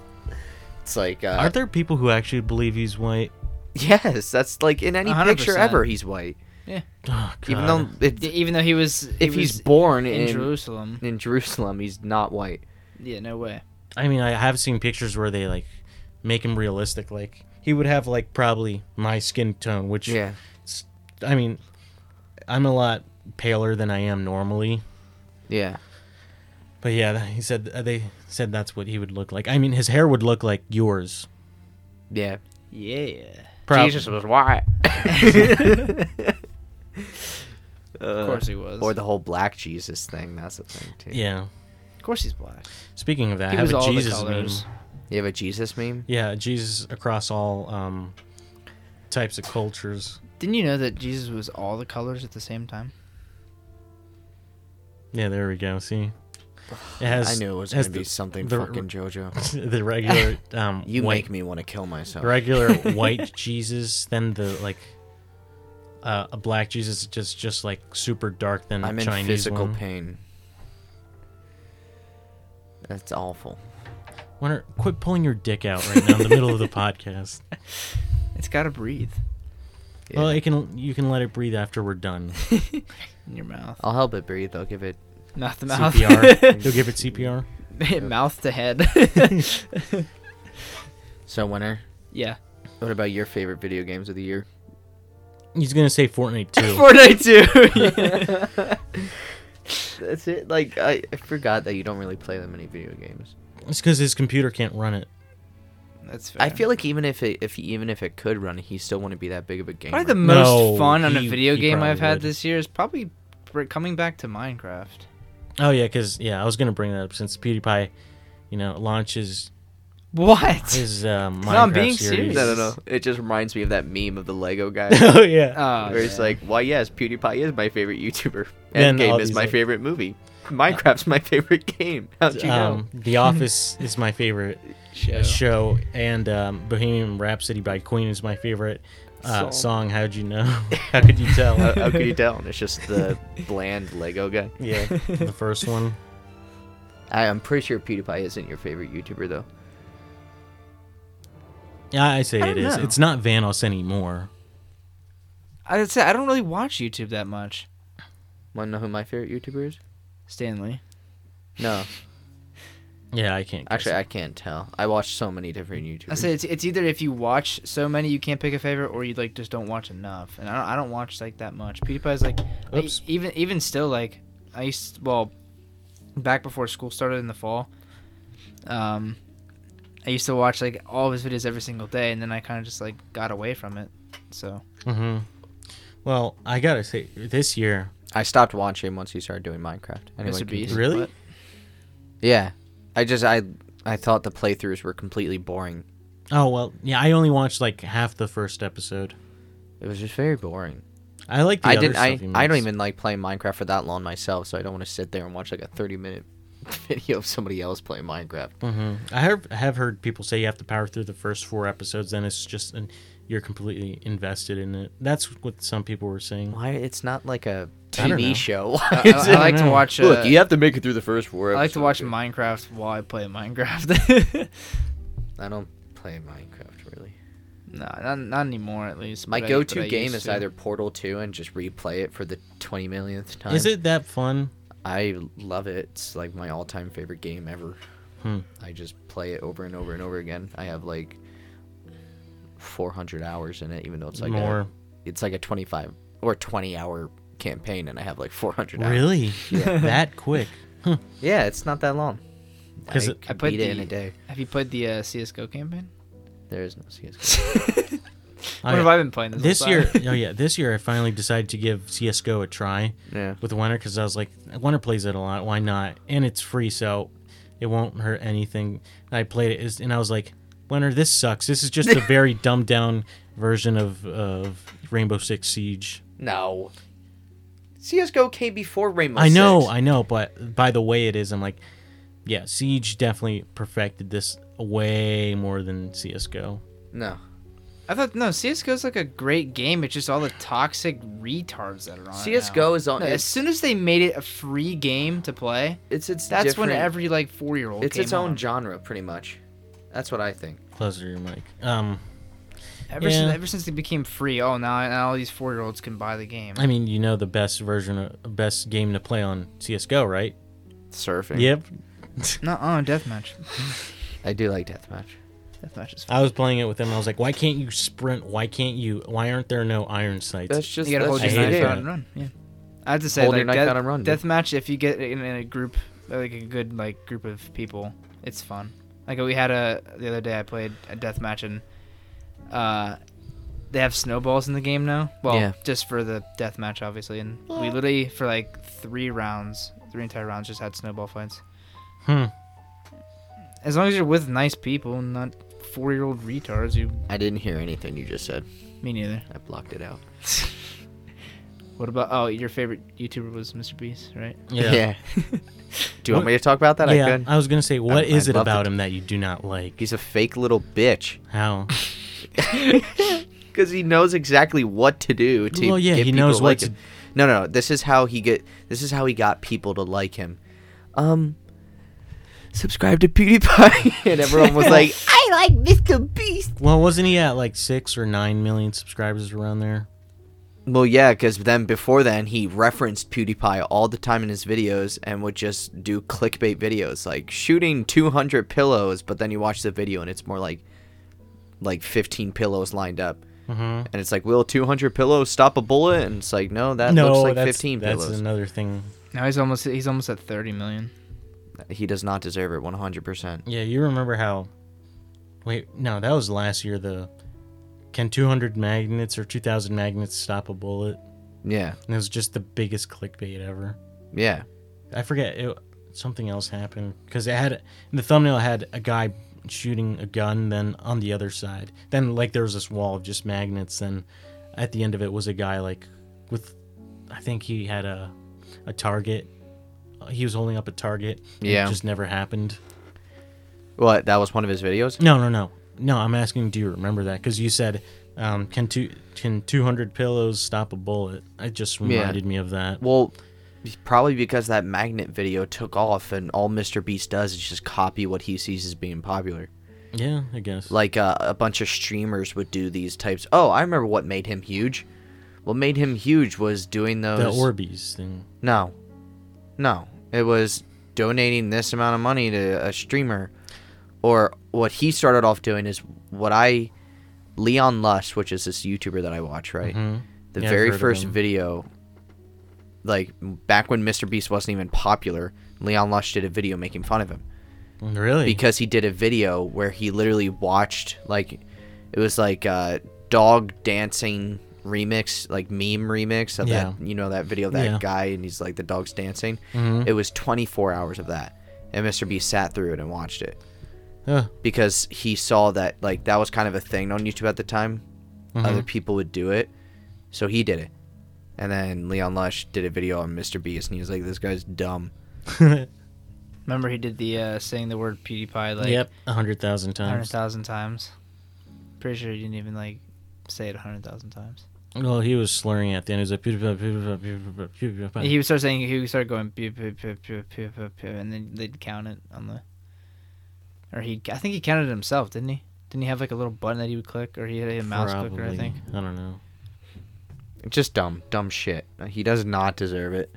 Speaker 3: It's like, uh,
Speaker 1: Aren't there people who actually believe he's white?
Speaker 3: yes, that's like in any picture
Speaker 2: 100%.
Speaker 3: ever, he's white.
Speaker 2: Yeah.
Speaker 1: Oh, God.
Speaker 3: Even though if,
Speaker 2: Yeah, even though he was, he
Speaker 3: if he's
Speaker 2: was
Speaker 3: born
Speaker 2: in,
Speaker 3: in
Speaker 2: Jerusalem,
Speaker 3: in Jerusalem, he's not white.
Speaker 2: yeah, no way.
Speaker 1: I mean, I have seen pictures where they like make him realistic. Like he would have like probably my skin tone, which
Speaker 3: Yeah.
Speaker 1: I mean, I'm a lot paler than I am normally.
Speaker 3: Yeah.
Speaker 1: But yeah, th- he said uh, they said that's what he would look like. I mean, his hair would look like yours.
Speaker 3: Yeah.
Speaker 2: Yeah,
Speaker 1: Prob-
Speaker 3: was white.
Speaker 1: Uh,
Speaker 2: of course he was.
Speaker 3: Or the whole black Jesus thing. That's the thing too.
Speaker 1: Yeah.
Speaker 2: of course he's black.
Speaker 1: Speaking of that,
Speaker 2: He
Speaker 1: I
Speaker 2: was
Speaker 1: have a
Speaker 2: all the
Speaker 1: Jesus meme.
Speaker 2: colors.
Speaker 3: You have a Jesus meme?
Speaker 1: Yeah, Jesus across all um, types of cultures.
Speaker 2: Didn't you know that Jesus was all the colors at the same time?
Speaker 1: Yeah, there we go. See, it has.
Speaker 3: I knew it was
Speaker 1: has
Speaker 3: gonna be something
Speaker 1: the-
Speaker 3: fucking JoJo.
Speaker 1: *laughs* the regular um,
Speaker 3: *laughs* You
Speaker 1: white
Speaker 3: make me want to kill myself.
Speaker 1: the
Speaker 3: *laughs*
Speaker 1: regular white Jesus, then the like uh, a black Jesus, just just like super dark. Then
Speaker 3: I'm in
Speaker 1: Chinese
Speaker 3: physical
Speaker 1: one.
Speaker 3: pain. That's awful.
Speaker 1: Wonder, quit pulling your dick out right now in the middle of
Speaker 3: *laughs*
Speaker 1: the podcast.
Speaker 2: It's got to breathe
Speaker 1: Well,
Speaker 3: Yeah.
Speaker 1: it can you can let it breathe after we're
Speaker 2: *laughs*
Speaker 1: done.
Speaker 2: in your mouth,
Speaker 3: I'll help it breathe. I'll give it.
Speaker 2: not the mouth.
Speaker 1: CPR. You'll give it CPR.
Speaker 2: *laughs* mouth
Speaker 1: *laughs*
Speaker 2: to head.
Speaker 3: So, winner.
Speaker 2: yeah,
Speaker 3: What about your favorite video games of the *laughs* year?
Speaker 1: He's gonna say Fortnite
Speaker 2: *laughs*
Speaker 1: too.
Speaker 2: Fortnite too.
Speaker 1: *laughs*
Speaker 2: *laughs*
Speaker 3: That's it. Like I, I forgot that you don't really play that many video games.
Speaker 1: It's because his computer can't run it.
Speaker 2: That's fair.
Speaker 3: I feel like even if it, if even if it could run, he still wouldn't be that big of a gamer.
Speaker 2: Probably the
Speaker 1: No,
Speaker 2: most fun on a
Speaker 1: he-
Speaker 2: video
Speaker 1: he
Speaker 2: game
Speaker 1: probably
Speaker 2: I've had
Speaker 1: would.
Speaker 2: this year is probably br- coming back to Minecraft.
Speaker 1: Oh yeah, because yeah, I was gonna bring that up since PewDiePie, you know, launches
Speaker 2: What?
Speaker 1: his uh, Minecraft
Speaker 2: No, I'm being
Speaker 1: series.
Speaker 2: serious.
Speaker 3: no, no, *laughs* no. It just reminds me of that meme of the Lego *laughs* guy,
Speaker 1: *laughs* oh yeah.
Speaker 2: *laughs* Oh,
Speaker 3: where it's
Speaker 2: yeah.
Speaker 3: like, "Why yes, PewDiePie is my favorite YouTuber.
Speaker 1: Then all
Speaker 3: Endgame is
Speaker 1: these,
Speaker 3: my
Speaker 1: like-
Speaker 3: favorite movie. Minecraft's my favorite game. *laughs* How'd you know?"
Speaker 1: um,
Speaker 2: *laughs*
Speaker 1: The Office is my favorite show, show and um, Bohemian Rhapsody by Queen is my favorite uh,
Speaker 2: Song. Uh,
Speaker 1: song. How'd you know? *laughs* How could you tell?
Speaker 2: *laughs*
Speaker 3: How, how *laughs* could you tell? And it's just the bland Lego guy.
Speaker 1: yeah, the first one.
Speaker 3: I, I'm pretty sure PewDiePie isn't your favorite YouTuber though.
Speaker 1: Yeah, I say
Speaker 2: I
Speaker 1: it
Speaker 2: don't
Speaker 1: is.
Speaker 2: know.
Speaker 1: It's not Vanos anymore.
Speaker 2: I'd say I don't really watch YouTube that much,
Speaker 3: Wanna know who my favorite YouTuber is?
Speaker 2: Stanley.
Speaker 3: *laughs* No,
Speaker 1: Yeah, I can't. guess
Speaker 3: actually,
Speaker 1: it.
Speaker 3: I can't tell. I watch so many different YouTubers.
Speaker 2: I say it's, it's either if you watch so many you can't pick a favorite, or you like just don't watch enough. And I don't, I don't watch like that much. PewDiePie's like I-
Speaker 1: Oops.
Speaker 2: even even still like I used well back before school started in the fall. Um, I used to watch like all of his videos every single day, and then I kind of just like got away from it. So
Speaker 1: hmm Well, I gotta say, this year,
Speaker 3: I stopped watching once he started doing Minecraft. Anyway,
Speaker 2: Mr. Beast.
Speaker 3: continue.
Speaker 1: Really?
Speaker 2: but-
Speaker 3: Yeah. I just I I thought the playthroughs were completely boring.
Speaker 1: oh well, yeah, I only watched like half the first episode.
Speaker 3: It was just very boring.
Speaker 1: I like. The
Speaker 3: I
Speaker 1: other
Speaker 3: didn't. I
Speaker 1: stuff he
Speaker 3: I don't
Speaker 1: makes.
Speaker 3: even like playing Minecraft for that long myself, so I don't want to sit there and watch like a thirty minute *laughs* video of somebody else playing Minecraft.
Speaker 1: hmm I have have heard people say you have to power through the first four episodes, then it's just an, you're completely invested in it. That's what some people were saying.
Speaker 3: Why? It's not like a
Speaker 1: I don't know.
Speaker 3: TV *laughs* show. Why
Speaker 2: I,
Speaker 3: is
Speaker 2: I
Speaker 3: it-
Speaker 2: like to
Speaker 1: know.
Speaker 2: watch. Uh,
Speaker 3: Look, you have to make it through the first four.
Speaker 2: I like to watch
Speaker 3: episodes.
Speaker 2: Minecraft while I play Minecraft. *laughs*
Speaker 3: I don't play Minecraft really.
Speaker 2: no, not, not anymore. At least
Speaker 3: My
Speaker 2: but I-
Speaker 3: go-to
Speaker 2: but I
Speaker 3: game
Speaker 2: used
Speaker 3: is
Speaker 2: to.
Speaker 3: either Portal Two and just replay it for the twenty millionth time.
Speaker 1: Is it that fun?
Speaker 3: I love it. It's like my all-time favorite game ever.
Speaker 1: Hmm.
Speaker 3: I just play it over and over and over again. I have like 400 hours in it, even though it's like uh,
Speaker 1: More.
Speaker 3: A, it's like a 25 or 20-hour campaign, and I have like 400 hours.
Speaker 1: Really? *laughs* that quick?
Speaker 3: Yeah, it's not that long.
Speaker 1: 'Cause
Speaker 3: I
Speaker 1: it-
Speaker 3: could
Speaker 2: I played
Speaker 3: beat it in
Speaker 2: the-
Speaker 3: a day.
Speaker 2: Have you played the uh, CS:GO campaign?
Speaker 3: There is no CS:GO.
Speaker 2: What have I been playing this?
Speaker 1: Oh, this
Speaker 2: whole
Speaker 1: year,
Speaker 2: time?
Speaker 1: oh yeah, this year I finally decided to give CS:GO a try *laughs*
Speaker 3: Yeah.
Speaker 1: with Winter because I was like, Winter plays it a lot. Why not? And it's free, so it won't hurt anything. And I played it, is- and I was like, Winter, this sucks. This is just a
Speaker 3: *laughs*
Speaker 1: very dumbed down version of of Rainbow Six Siege.
Speaker 3: No. CS:GO came before Rainbow.
Speaker 1: I know,
Speaker 3: Six.
Speaker 1: I know, but by the way it is, I'm like, yeah, Siege definitely perfected this way more than CS:GO.
Speaker 3: No.
Speaker 2: I thought no, CS:GO is like a great game. It's just all the toxic retards that are on. it now.
Speaker 3: CS:GO is on.
Speaker 2: Oh, No, as
Speaker 3: it's
Speaker 2: soon as they made it a free game to play,
Speaker 3: it's its
Speaker 2: that's when
Speaker 3: different-
Speaker 2: every like four year old.
Speaker 3: it's its own
Speaker 2: on.
Speaker 3: genre, pretty much. That's what I think.
Speaker 1: Closer to your mic. Um,
Speaker 2: Ever,
Speaker 1: Yeah.
Speaker 2: since, ever since they became free, oh now, now all these four year olds can buy the game.
Speaker 1: I mean, you know the best version, of, best game to play on CS:GO, right?
Speaker 3: Surfing.
Speaker 1: Yep.
Speaker 2: No, oh, deathmatch.
Speaker 3: I do like deathmatch.
Speaker 2: Deathmatch is fun.
Speaker 1: I was playing it with him. And I was like, why can't you sprint? Why can't you? Why aren't there no iron sights?
Speaker 3: That's just
Speaker 2: you gotta hold
Speaker 1: that's
Speaker 2: your
Speaker 1: just
Speaker 2: knife
Speaker 1: it.
Speaker 2: out and run. Yeah, I have to say
Speaker 3: Hold your
Speaker 2: like
Speaker 3: knife
Speaker 2: death,
Speaker 3: out and run, dude.
Speaker 2: deathmatch. If you get in, in a group, like a good like group of people, it's fun. Like we had a the other day, I played a deathmatch and uh, they have snowballs in the game now. Well,
Speaker 3: Yeah.
Speaker 2: just for the deathmatch, obviously, and we literally for like three rounds, three entire rounds, just had snowball fights.
Speaker 1: hmm.
Speaker 2: As long as you're with nice people, not four year old retards. You,
Speaker 3: I didn't hear anything you just said.
Speaker 2: me neither.
Speaker 3: I blocked it out.
Speaker 2: What about oh your favorite YouTuber was Mr. Beast, right?
Speaker 1: Yeah.
Speaker 3: *laughs* do you want me to talk about that? I
Speaker 1: yeah,
Speaker 3: could.
Speaker 1: I was gonna say, what
Speaker 3: I'd
Speaker 1: is it
Speaker 3: love
Speaker 1: about
Speaker 3: to-
Speaker 1: him that you do not like?
Speaker 3: He's a fake little bitch. *laughs*
Speaker 1: How?
Speaker 3: Because he knows exactly what to do to
Speaker 1: Well, yeah,
Speaker 3: get
Speaker 1: he
Speaker 3: people
Speaker 1: knows
Speaker 3: to
Speaker 1: what
Speaker 3: like
Speaker 1: to-
Speaker 3: him. No, no, no, this is how he get. This is how he got people to like him. Um, subscribe to *laughs* PewDiePie, and everyone was *laughs* like, "I like Mr. Beast."
Speaker 1: Well, wasn't he at like six or nine million subscribers around there?
Speaker 3: Well, yeah, because then before then he referenced PewDiePie all the time in his videos and would just do clickbait videos like shooting 200 pillows, but then you watch the video and it's more like like 15 pillows lined up.
Speaker 1: Mm-hmm.
Speaker 3: And it's like, will 200 pillows stop a bullet? And it's like, no, that
Speaker 1: no,
Speaker 3: looks like
Speaker 1: that's,
Speaker 3: 15
Speaker 1: that's
Speaker 3: pillows.
Speaker 1: another thing.
Speaker 2: Now he's almost he's almost at thirty million.
Speaker 3: He does not deserve it 100%.
Speaker 1: Yeah, you remember how? Wait, no, that was last year. The can 200 magnets or 2,000 magnets stop a bullet?
Speaker 3: Yeah,
Speaker 1: And it was just the biggest clickbait ever.
Speaker 3: yeah.
Speaker 1: I forget it, something else happened because it had the thumbnail had a guy shooting a gun, then on the other side, then like there was this wall of just magnets, then at the end of it was a guy like with I think he had a a target. He was holding up a target. and
Speaker 3: Yeah.
Speaker 1: it just never happened.
Speaker 3: What, that was one of his videos?
Speaker 1: No, no, no, no. I'm asking, do you remember that? Because you said, um, can two can 200 pillows stop a bullet? It just reminded me of that.
Speaker 3: Well, probably because that magnet video took off and all Mr. Beast does is just copy what he sees as being popular.
Speaker 1: Yeah, I guess.
Speaker 3: like uh, a bunch of streamers would do these types. Oh, I remember what made him huge. What made him huge was doing those.
Speaker 1: the Orbeez thing.
Speaker 3: no, no, it was donating this amount of money to a streamer, or what he started off doing is what I, Leon Lush, which is this YouTuber that I watch, right?
Speaker 1: hmm
Speaker 3: The
Speaker 1: Yeah, I've
Speaker 3: very
Speaker 1: heard of
Speaker 3: first
Speaker 1: him.
Speaker 3: video, like back when Mr. Beast wasn't even popular, Leon Lush did a video making fun of him
Speaker 1: Really?
Speaker 3: because he did a video where he literally watched like it was like a dog dancing remix like meme remix of
Speaker 1: Yeah.
Speaker 3: that you know that video of that
Speaker 1: Yeah.
Speaker 3: guy and he's like the dog's dancing
Speaker 1: Mhm.
Speaker 3: it was 24 hours of that and mr b sat through it and watched it
Speaker 1: Huh.
Speaker 3: because he saw that like that was kind of a thing on youtube at the time
Speaker 1: Mm-hmm.
Speaker 3: other people would do it so he did it and then leon lush did a video on mr beast and he was like this guy's dumb
Speaker 1: Mm-hmm.
Speaker 3: *laughs*
Speaker 2: Remember he did the uh, saying the word PewDiePie
Speaker 1: *laughs*
Speaker 2: like
Speaker 1: yep, a hundred thousand
Speaker 2: hundred
Speaker 1: times.
Speaker 2: thousand times. Pretty sure he didn't even like say it hundred thousand times.
Speaker 1: Well, he was slurring at the end. He was like, "Pewdiepie, pewdiepie, pewdiepie, pewdiepie, pewdiepie."
Speaker 2: He would start saying he would start going pew pew pew pew pew pew pew, and then they'd count it on the. Or he, I think he counted it himself, didn't he? Didn't he have like a little button that he would click, or he had a mouse clicker, I
Speaker 1: Probably.
Speaker 2: think.
Speaker 1: I don't know.
Speaker 3: just dumb, dumb shit. He does not deserve it.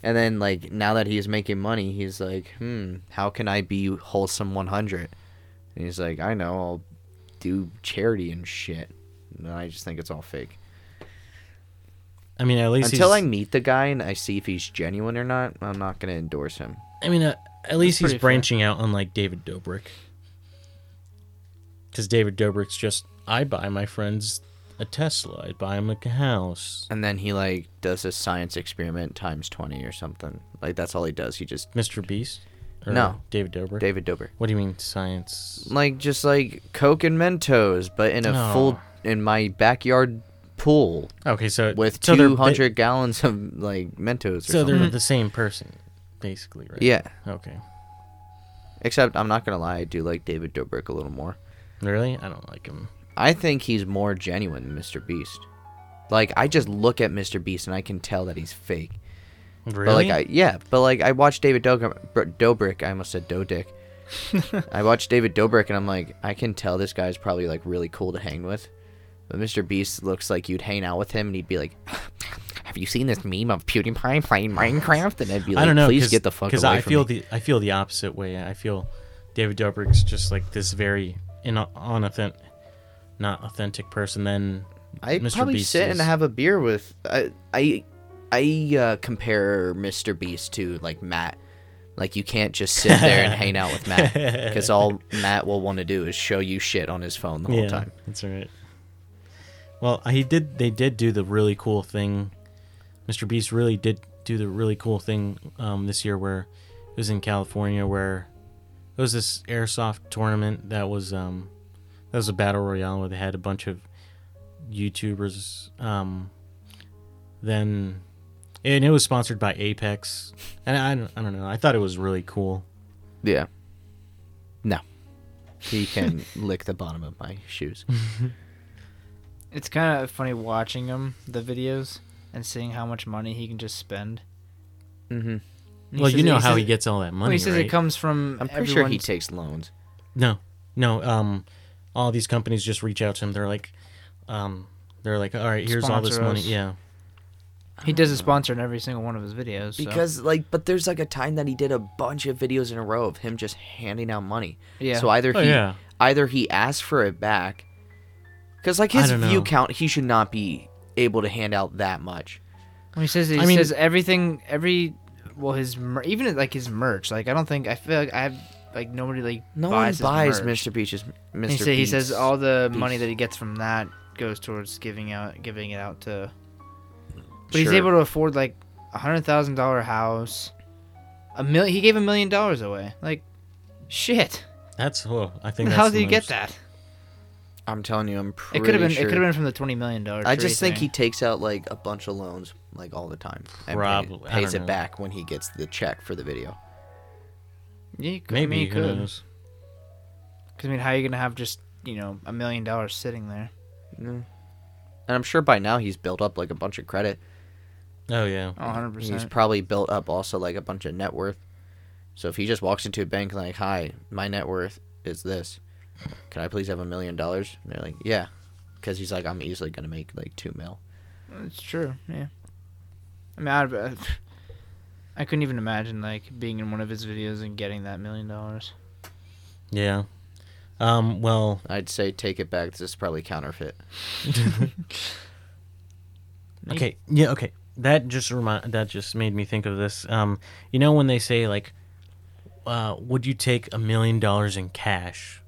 Speaker 3: And then like now that he's making money, he's like, hmm, how can I be wholesome 100? And he's like, I know, I'll do charity and shit. And I just think it's all fake.
Speaker 1: I mean, at least
Speaker 3: Until I
Speaker 1: he's,
Speaker 3: meet the guy and I see if he's genuine or not, I'm not gonna endorse him.
Speaker 1: I mean, uh, at least he's
Speaker 2: pretty fair.
Speaker 1: branching out, unlike David Dobrik. Because David Dobrik's just, I buy my friends a Tesla. I buy him a house.
Speaker 3: And then he like does a science experiment times 20 or something. Like that's all he does. He just
Speaker 1: Mr. Beast. Or
Speaker 3: No.
Speaker 1: David Dobrik.
Speaker 3: David Dober.
Speaker 1: what do you mean science?
Speaker 3: Like just like Coke and Mentos, but in a
Speaker 1: Oh.
Speaker 3: full in my backyard pool.
Speaker 1: Okay, so
Speaker 3: with
Speaker 1: so they're- they-
Speaker 3: 200 gallons of like Mentos or
Speaker 1: So
Speaker 3: something.
Speaker 1: they're the same person, basically, right?
Speaker 3: Yeah,
Speaker 1: Okay.
Speaker 3: except I'm not gonna lie, I do like David Dobrik a little more.
Speaker 1: Really? I don't like him.
Speaker 3: I think he's more genuine than Mr. Beast. Like I just look at Mr. Beast and I can tell that he's fake.
Speaker 1: Really?
Speaker 3: But like I yeah, but like I watched David Dobrik, Br- Dobrik I almost
Speaker 1: *laughs*
Speaker 3: said Dodick. I watched David Dobrik and I'm like, I can tell this guy's probably like really cool to hang with. But Mr. Beast looks like you'd hang out with him and he'd be like, "Have you seen this meme of PewDiePie playing Minecraft?" And I'd be
Speaker 1: I
Speaker 3: like,
Speaker 1: don't know.
Speaker 3: "Please
Speaker 1: 'cause-
Speaker 3: get the fuck away
Speaker 1: I
Speaker 3: from
Speaker 1: feel
Speaker 3: me."
Speaker 1: the I feel the opposite way. I feel David Dobrik's just like this very in unauthentic, not authentic person. Then
Speaker 3: I
Speaker 1: Mr.
Speaker 3: probably
Speaker 1: Beast
Speaker 3: sit
Speaker 1: is-
Speaker 3: and have a beer with I I I uh, compare Mr. Beast to like Matt. Like you can't just sit there and hang out with Matt
Speaker 1: *laughs*
Speaker 3: because all Matt will want to do is show you shit on his phone the whole
Speaker 1: yeah,
Speaker 3: time.
Speaker 1: that's right. Well, he did. They did do the really cool thing. Mr. Beast really did do the really cool thing um, this year, where it was in California, where it was this airsoft tournament that was um, that was a battle royale where they had a bunch of YouTubers. Um, then, and it was sponsored by Apex, and I, don't- I don't know. I thought it was really cool.
Speaker 3: Yeah. No.
Speaker 1: *laughs*
Speaker 3: He can lick the bottom of my shoes.
Speaker 2: It's kind of funny watching him the videos and seeing how much money he can just spend.
Speaker 3: Mm-hmm.
Speaker 2: And he
Speaker 1: well,
Speaker 2: says-
Speaker 1: you know how
Speaker 2: says-
Speaker 1: he gets all that money.
Speaker 2: Well, he says
Speaker 1: right?
Speaker 2: it comes from.
Speaker 3: I'm pretty sure he
Speaker 2: everyone's-
Speaker 3: takes loans.
Speaker 1: No, no. Um, all these companies just reach out to him. They're like, um, they're like, all right, here's all this
Speaker 2: Sponsor
Speaker 1: money.
Speaker 2: us.
Speaker 1: Yeah,
Speaker 2: he does a sponsor in every single one of his videos. so-
Speaker 3: Because like, but there's like a time that he did a bunch of videos in a row of him just handing out money.
Speaker 2: yeah,
Speaker 3: So either
Speaker 1: Oh,
Speaker 3: he
Speaker 1: yeah.
Speaker 3: either he asked for it back, because like
Speaker 1: I
Speaker 3: his
Speaker 1: don't
Speaker 3: view
Speaker 1: know.
Speaker 3: count, he should not be able to hand out that much.
Speaker 2: When he says he
Speaker 1: I mean-
Speaker 2: says everything, every well, his mer- even like his merch. Like I don't think I feel like I have like nobody like
Speaker 3: No
Speaker 2: buys
Speaker 3: one buys
Speaker 2: his merch.
Speaker 3: Mr. Beach's Mr.
Speaker 2: And He, say, he says
Speaker 3: Beast's-
Speaker 2: all the money
Speaker 3: Beast.
Speaker 2: that he gets from that goes towards giving out giving it out to. But he's
Speaker 3: Sure.
Speaker 2: able to afford like a hundred thousand dollar house, a million. He gave a million dollars away. Like, shit.
Speaker 1: that's. Whoa, I think.
Speaker 2: How
Speaker 1: that's
Speaker 2: did
Speaker 1: the
Speaker 2: he get
Speaker 1: most-
Speaker 2: that?
Speaker 3: I'm telling you, I'm pretty
Speaker 2: It could have been.
Speaker 3: Sure.
Speaker 2: It could have been from the twenty million dollar.
Speaker 3: I just think he takes out like a bunch of loans like all the time. and pay-
Speaker 1: Probably. I
Speaker 3: pays
Speaker 1: don't
Speaker 3: it
Speaker 1: know.
Speaker 3: back when he gets the check for the video.
Speaker 2: he. Yeah,
Speaker 1: Maybe
Speaker 2: maybe he
Speaker 1: who
Speaker 2: could.
Speaker 1: knows?
Speaker 2: Because I mean, how are you gonna have just you know a million dollars sitting there?
Speaker 3: And I'm sure by now he's built up like a bunch of credit.
Speaker 1: Oh yeah.
Speaker 2: Oh, 100
Speaker 3: He's
Speaker 2: percent.
Speaker 3: probably built up also like a bunch of net worth. So if he just walks into a bank like, "Hi, my net worth is this. Can I please have a million dollars?" And they're like, "Yeah," because he's like, "I'm easily gonna make like two mil."
Speaker 2: It's true. Yeah. I mean, I'd, uh, *laughs* I couldn't even imagine like being in one of his videos and getting that million dollars.
Speaker 1: Yeah. Um. Well.
Speaker 3: I'd say take it back. This is probably counterfeit.
Speaker 1: Okay. Yeah. Okay. That just remind. That just made me think of this. Um. You know when they say like, uh, would you take a million dollars in cash?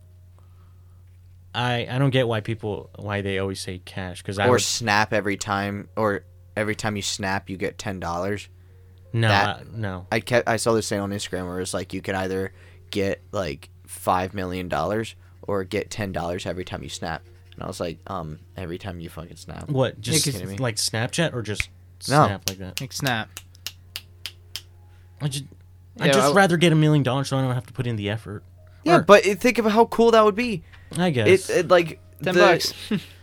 Speaker 1: I I don't get why people why they always say cash because I
Speaker 3: or
Speaker 1: would,
Speaker 3: snap every time, or every time you snap, you get ten dollars.
Speaker 1: no
Speaker 3: that-
Speaker 1: I- no
Speaker 3: I kept I saw this thing on Instagram where it's like you can either get like five million dollars or get ten dollars every time you snap. And I was like, um, every time you fucking snap.
Speaker 1: what just
Speaker 2: 'cause-
Speaker 1: like Snapchat or just
Speaker 3: No.
Speaker 1: snap like that.
Speaker 2: Like snap.
Speaker 1: I just,
Speaker 2: Yeah,
Speaker 1: I'd just
Speaker 2: I-
Speaker 1: rather get a million dollars so I don't have to put in the effort.
Speaker 3: Yeah,
Speaker 1: Or-
Speaker 3: but it, think of how cool that would be.
Speaker 1: I
Speaker 3: It,
Speaker 1: guess.
Speaker 3: it like
Speaker 2: Ten
Speaker 1: *laughs*
Speaker 3: the,
Speaker 2: bucks.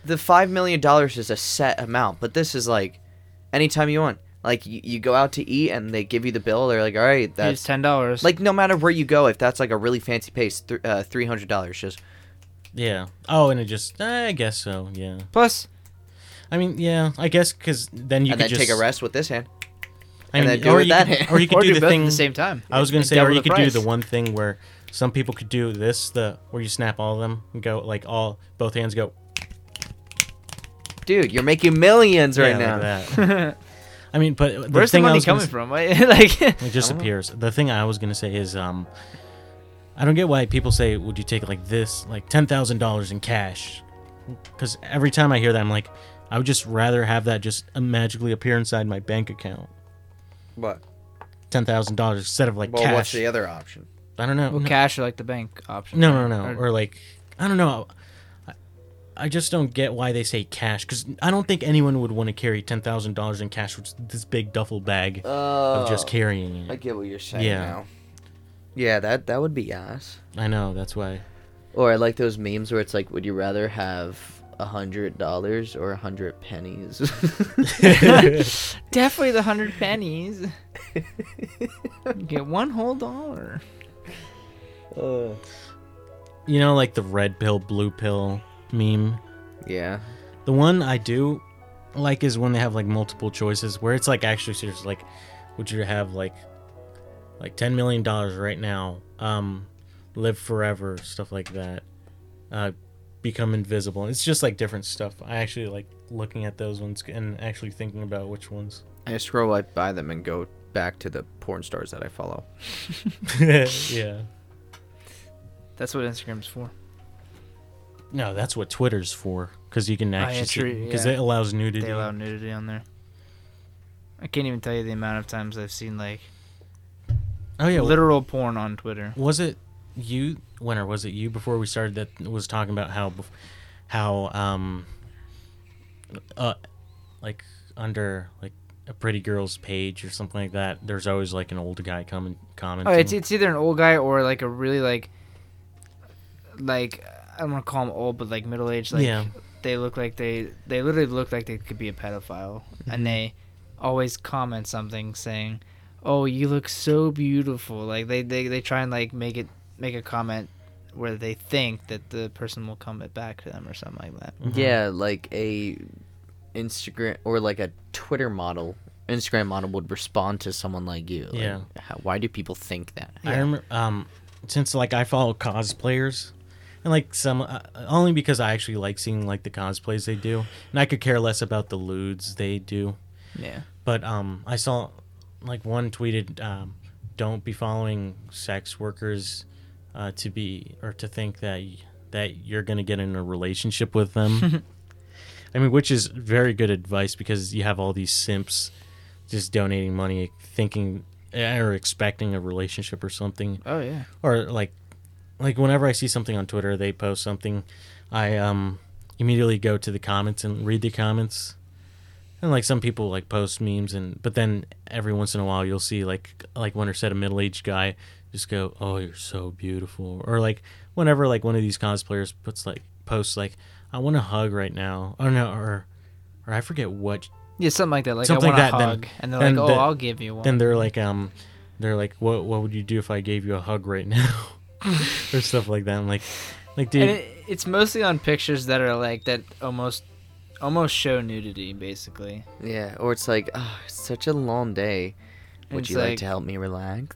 Speaker 3: The five million dollars is a set amount, but this is like anytime you want. Like you, you go out to eat and they give you the bill. They're like, all right,
Speaker 2: Here's
Speaker 3: that's
Speaker 2: ten dollars.
Speaker 3: like no matter where you go, if that's like a really fancy place, th- uh, three hundred dollars just.
Speaker 1: yeah. Oh, and it just, I guess so. Yeah.
Speaker 2: plus,
Speaker 1: I mean, yeah. I guess because then you
Speaker 3: and
Speaker 1: could
Speaker 3: then
Speaker 1: just
Speaker 3: take a rest with this hand.
Speaker 1: I
Speaker 3: and
Speaker 1: mean,
Speaker 3: then do it
Speaker 1: or
Speaker 3: with
Speaker 1: you
Speaker 3: that
Speaker 1: could,
Speaker 3: hand.
Speaker 1: or you could
Speaker 2: or
Speaker 1: do,
Speaker 2: do,
Speaker 1: the
Speaker 2: both
Speaker 1: thing.
Speaker 2: at the same time.
Speaker 1: I was gonna
Speaker 2: And
Speaker 1: say, or
Speaker 2: double
Speaker 1: you could do
Speaker 2: price.
Speaker 1: the one thing where some people could do this, the where you snap all of them and go like all both hands go
Speaker 3: Dude, you're making millions
Speaker 1: yeah,
Speaker 3: right now.
Speaker 1: Like
Speaker 2: *laughs*
Speaker 1: that. I mean, but the
Speaker 2: Where's the
Speaker 1: thing I
Speaker 2: money
Speaker 1: was gonna
Speaker 2: coming
Speaker 1: say-
Speaker 2: from? *laughs* like,
Speaker 1: It just
Speaker 3: I don't know.
Speaker 1: appears. The thing I was gonna say is, um, I don't get why people say, "Would you take like this, like ten thousand dollars in cash?" Because every time I hear that, I'm like, I would just rather have that just magically appear inside my bank account,
Speaker 3: What?
Speaker 1: ten thousand dollars instead of like
Speaker 3: Well, what's
Speaker 1: cash.
Speaker 3: the other option?
Speaker 1: I don't know.
Speaker 2: well,
Speaker 1: No,
Speaker 2: cash or like the bank option.
Speaker 1: no, no, no.
Speaker 2: Or-
Speaker 1: Or, like, I don't know. I- I just don't get why they say cash because I don't think anyone would want to carry ten thousand dollars in cash with this big duffel bag
Speaker 3: Uh,
Speaker 1: of just carrying
Speaker 3: I
Speaker 1: it.
Speaker 3: get what you're saying
Speaker 1: Yeah.
Speaker 3: now. Yeah, that that would be ass.
Speaker 1: I know that's why.
Speaker 3: Or I like those memes where it's like, would you rather have a hundred dollars or a hundred pennies? *laughs*
Speaker 2: Definitely the hundred
Speaker 1: *laughs*
Speaker 2: pennies. Get one whole dollar.
Speaker 3: Uh,
Speaker 1: you know like the red pill blue pill meme
Speaker 3: yeah.
Speaker 1: The one I do like is when they have like multiple choices where it's like actually serious like would you have like like 10 million dollars right now um live forever stuff like that uh become invisible it's just like different stuff i actually like looking at those ones and actually thinking about which ones *laughs*
Speaker 3: I scroll right by them and go back to the porn stars that I follow.
Speaker 1: yeah
Speaker 2: That's what Instagram's for.
Speaker 1: no that's what twitter's for because you can
Speaker 2: yeah,
Speaker 1: actually
Speaker 2: true,
Speaker 1: because
Speaker 2: yeah.
Speaker 1: it allows nudity
Speaker 2: They allow nudity on there. I can't even tell you the amount of times I've seen like
Speaker 1: oh yeah
Speaker 2: literal porn on Twitter.
Speaker 1: was it you when or was it you before we started that was talking about how bef- how um uh like under like a pretty girl's page or something like that there's always like an old guy coming
Speaker 2: Oh,
Speaker 1: commenting
Speaker 2: it's it's either an old guy or like a really like like I don't want to call him old, but like middle aged. Like
Speaker 1: Yeah.
Speaker 2: they look like they they literally look like they could be a pedophile,
Speaker 1: Mm-hmm.
Speaker 2: and they always comment something saying, "Oh, you look so beautiful." Like they they they try and like make it make a comment where they think that the person will comment back to them or something like that.
Speaker 1: Mhm.
Speaker 3: Yeah, like a Instagram or like a Twitter model, Instagram model would respond to someone like you. Like,
Speaker 1: Yeah.
Speaker 3: How, why do people think that?
Speaker 1: I remember um since like I follow cosplayers and like some uh, only because I actually like seeing like the cosplays they do and I could care less about the lewds they do
Speaker 2: Yeah.
Speaker 1: But um, I saw like one tweeted, um, "Don't be following sex workers uh, to be or to think that y- that you're gonna get in a relationship with them." I mean, which is very good advice because you have all these simps just donating money, thinking eh, or expecting a relationship or something,
Speaker 2: Oh yeah.
Speaker 1: or like like whenever I see something on Twitter, they post something, I um immediately go to the comments and read the comments. And like some people like post memes and but then every once in a while you'll see like like when I said a middle aged guy just go, Oh, you're so beautiful or like whenever like one of these cosplayers puts like posts like, I want a hug right now or no or or I forget what
Speaker 2: Yeah, something like that. Like
Speaker 1: Something
Speaker 2: I
Speaker 1: like
Speaker 2: want a
Speaker 1: that, then-
Speaker 2: hug, and they're
Speaker 1: then
Speaker 2: like, "Oh,
Speaker 1: the-
Speaker 2: I'll give you one."
Speaker 1: then they're like um they're like what what would you do if I gave you a hug right now? *laughs* or stuff like that. I'm like like dude
Speaker 2: and it, it's mostly on pictures that are like that almost almost show nudity basically *laughs*
Speaker 3: Yeah, or it's like, oh, it's such a long day. Would
Speaker 2: It's
Speaker 3: you like,
Speaker 2: like-
Speaker 3: to help me relax?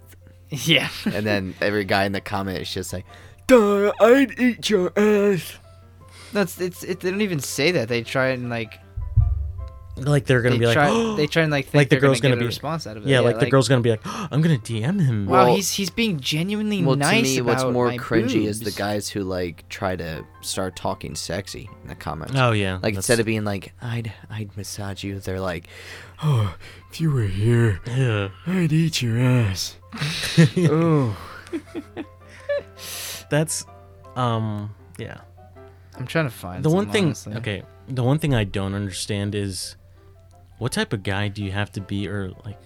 Speaker 2: yeah
Speaker 3: And then every guy in the comment is just like, Duh, I'd eat your ass.
Speaker 2: *laughs* that's it's it, they don't even say that they try and like
Speaker 1: like they're gonna
Speaker 2: they
Speaker 1: be like
Speaker 2: try
Speaker 1: *gasps* "Oh!"
Speaker 2: they try and like think
Speaker 1: Like the
Speaker 2: they're gonna
Speaker 1: girl's gonna
Speaker 2: get
Speaker 1: be-
Speaker 2: a response out of it
Speaker 1: yeah, like, the girl's gonna be like *gasps* i'm gonna dm him
Speaker 2: wow
Speaker 3: Well-
Speaker 2: he's he's being genuinely
Speaker 3: Well,
Speaker 2: nice
Speaker 3: to me, what's
Speaker 2: about
Speaker 3: more
Speaker 2: my
Speaker 3: cringy is the
Speaker 2: boobs.
Speaker 3: guys who like try to start talking sexy in the comments.
Speaker 1: oh yeah
Speaker 3: Like
Speaker 1: *sighs*
Speaker 3: instead of being like, I'd I'd massage you, they're like, Oh, if you were here,
Speaker 1: yeah.
Speaker 3: I'd eat your ass.
Speaker 1: *laughs*
Speaker 3: Ooh.
Speaker 1: that's um yeah
Speaker 2: i'm trying to find
Speaker 1: the one
Speaker 2: some,
Speaker 1: thing
Speaker 2: honestly.
Speaker 1: okay the one thing i don't understand is what type of guy do you have to be or like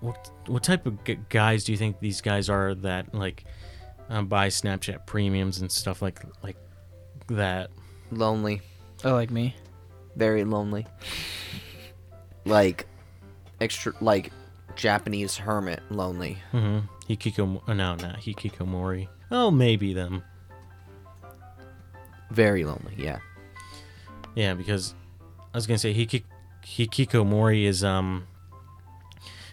Speaker 1: what what type of g- guys do you think these guys are that like um, buy snapchat premiums and stuff like like that
Speaker 3: Lonely.
Speaker 2: oh like me
Speaker 3: Very lonely. like extra like Japanese hermit lonely.
Speaker 1: hmm hikiko oh, no not hikikomori oh maybe them
Speaker 3: Very lonely, yeah.
Speaker 1: Yeah, because I was gonna say hiki- hikikomori is um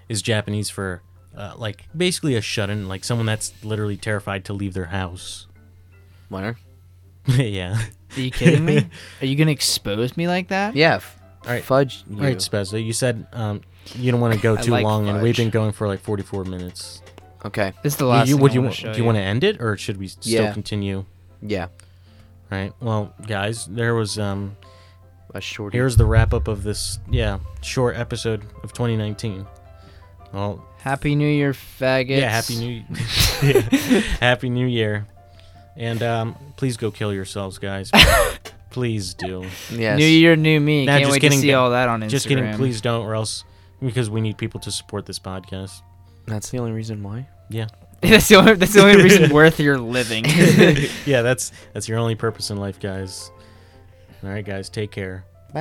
Speaker 1: is Japanese for uh, like basically a shut-in, like someone that's literally terrified to leave their house. *laughs*
Speaker 3: Winner?
Speaker 1: yeah.
Speaker 2: are you kidding
Speaker 1: *laughs*
Speaker 2: me are you gonna expose me like that
Speaker 3: Yeah. F-
Speaker 1: Alright.
Speaker 3: Fudge you.
Speaker 1: All right, Spezza, you said um you don't want to go
Speaker 2: I
Speaker 1: too
Speaker 2: like
Speaker 1: long, and we've
Speaker 2: fudge.
Speaker 1: been going for like forty-four minutes.
Speaker 3: Okay.
Speaker 2: this is the
Speaker 1: You-
Speaker 2: last
Speaker 1: you,
Speaker 2: thing
Speaker 1: would
Speaker 2: I
Speaker 1: you
Speaker 2: wanna
Speaker 1: want?
Speaker 2: show
Speaker 1: Do you want to end it, or should we still
Speaker 3: Yeah.
Speaker 1: continue?
Speaker 3: Yeah.
Speaker 1: All right. Well, guys, there was um
Speaker 3: A short
Speaker 1: here's the wrap up of this yeah short episode of 2019. Well,
Speaker 2: happy new year faggots
Speaker 1: Yeah, happy new *laughs* Yeah. happy new year. And um, please go kill yourselves, guys. please do.
Speaker 3: Yes.
Speaker 2: new year new me
Speaker 1: Nah,
Speaker 2: can't
Speaker 1: just
Speaker 2: wait
Speaker 1: kidding,
Speaker 2: to see
Speaker 1: guy-
Speaker 2: all that on instagram
Speaker 1: Just kidding. Please don't, or else because we need people to support this podcast. *laughs*
Speaker 3: That's the only reason why.
Speaker 1: Yeah,
Speaker 2: *laughs* that's the only that's the only reason worth your living
Speaker 1: yeah. That's that's your only purpose in life, guys. All right, guys. Take care.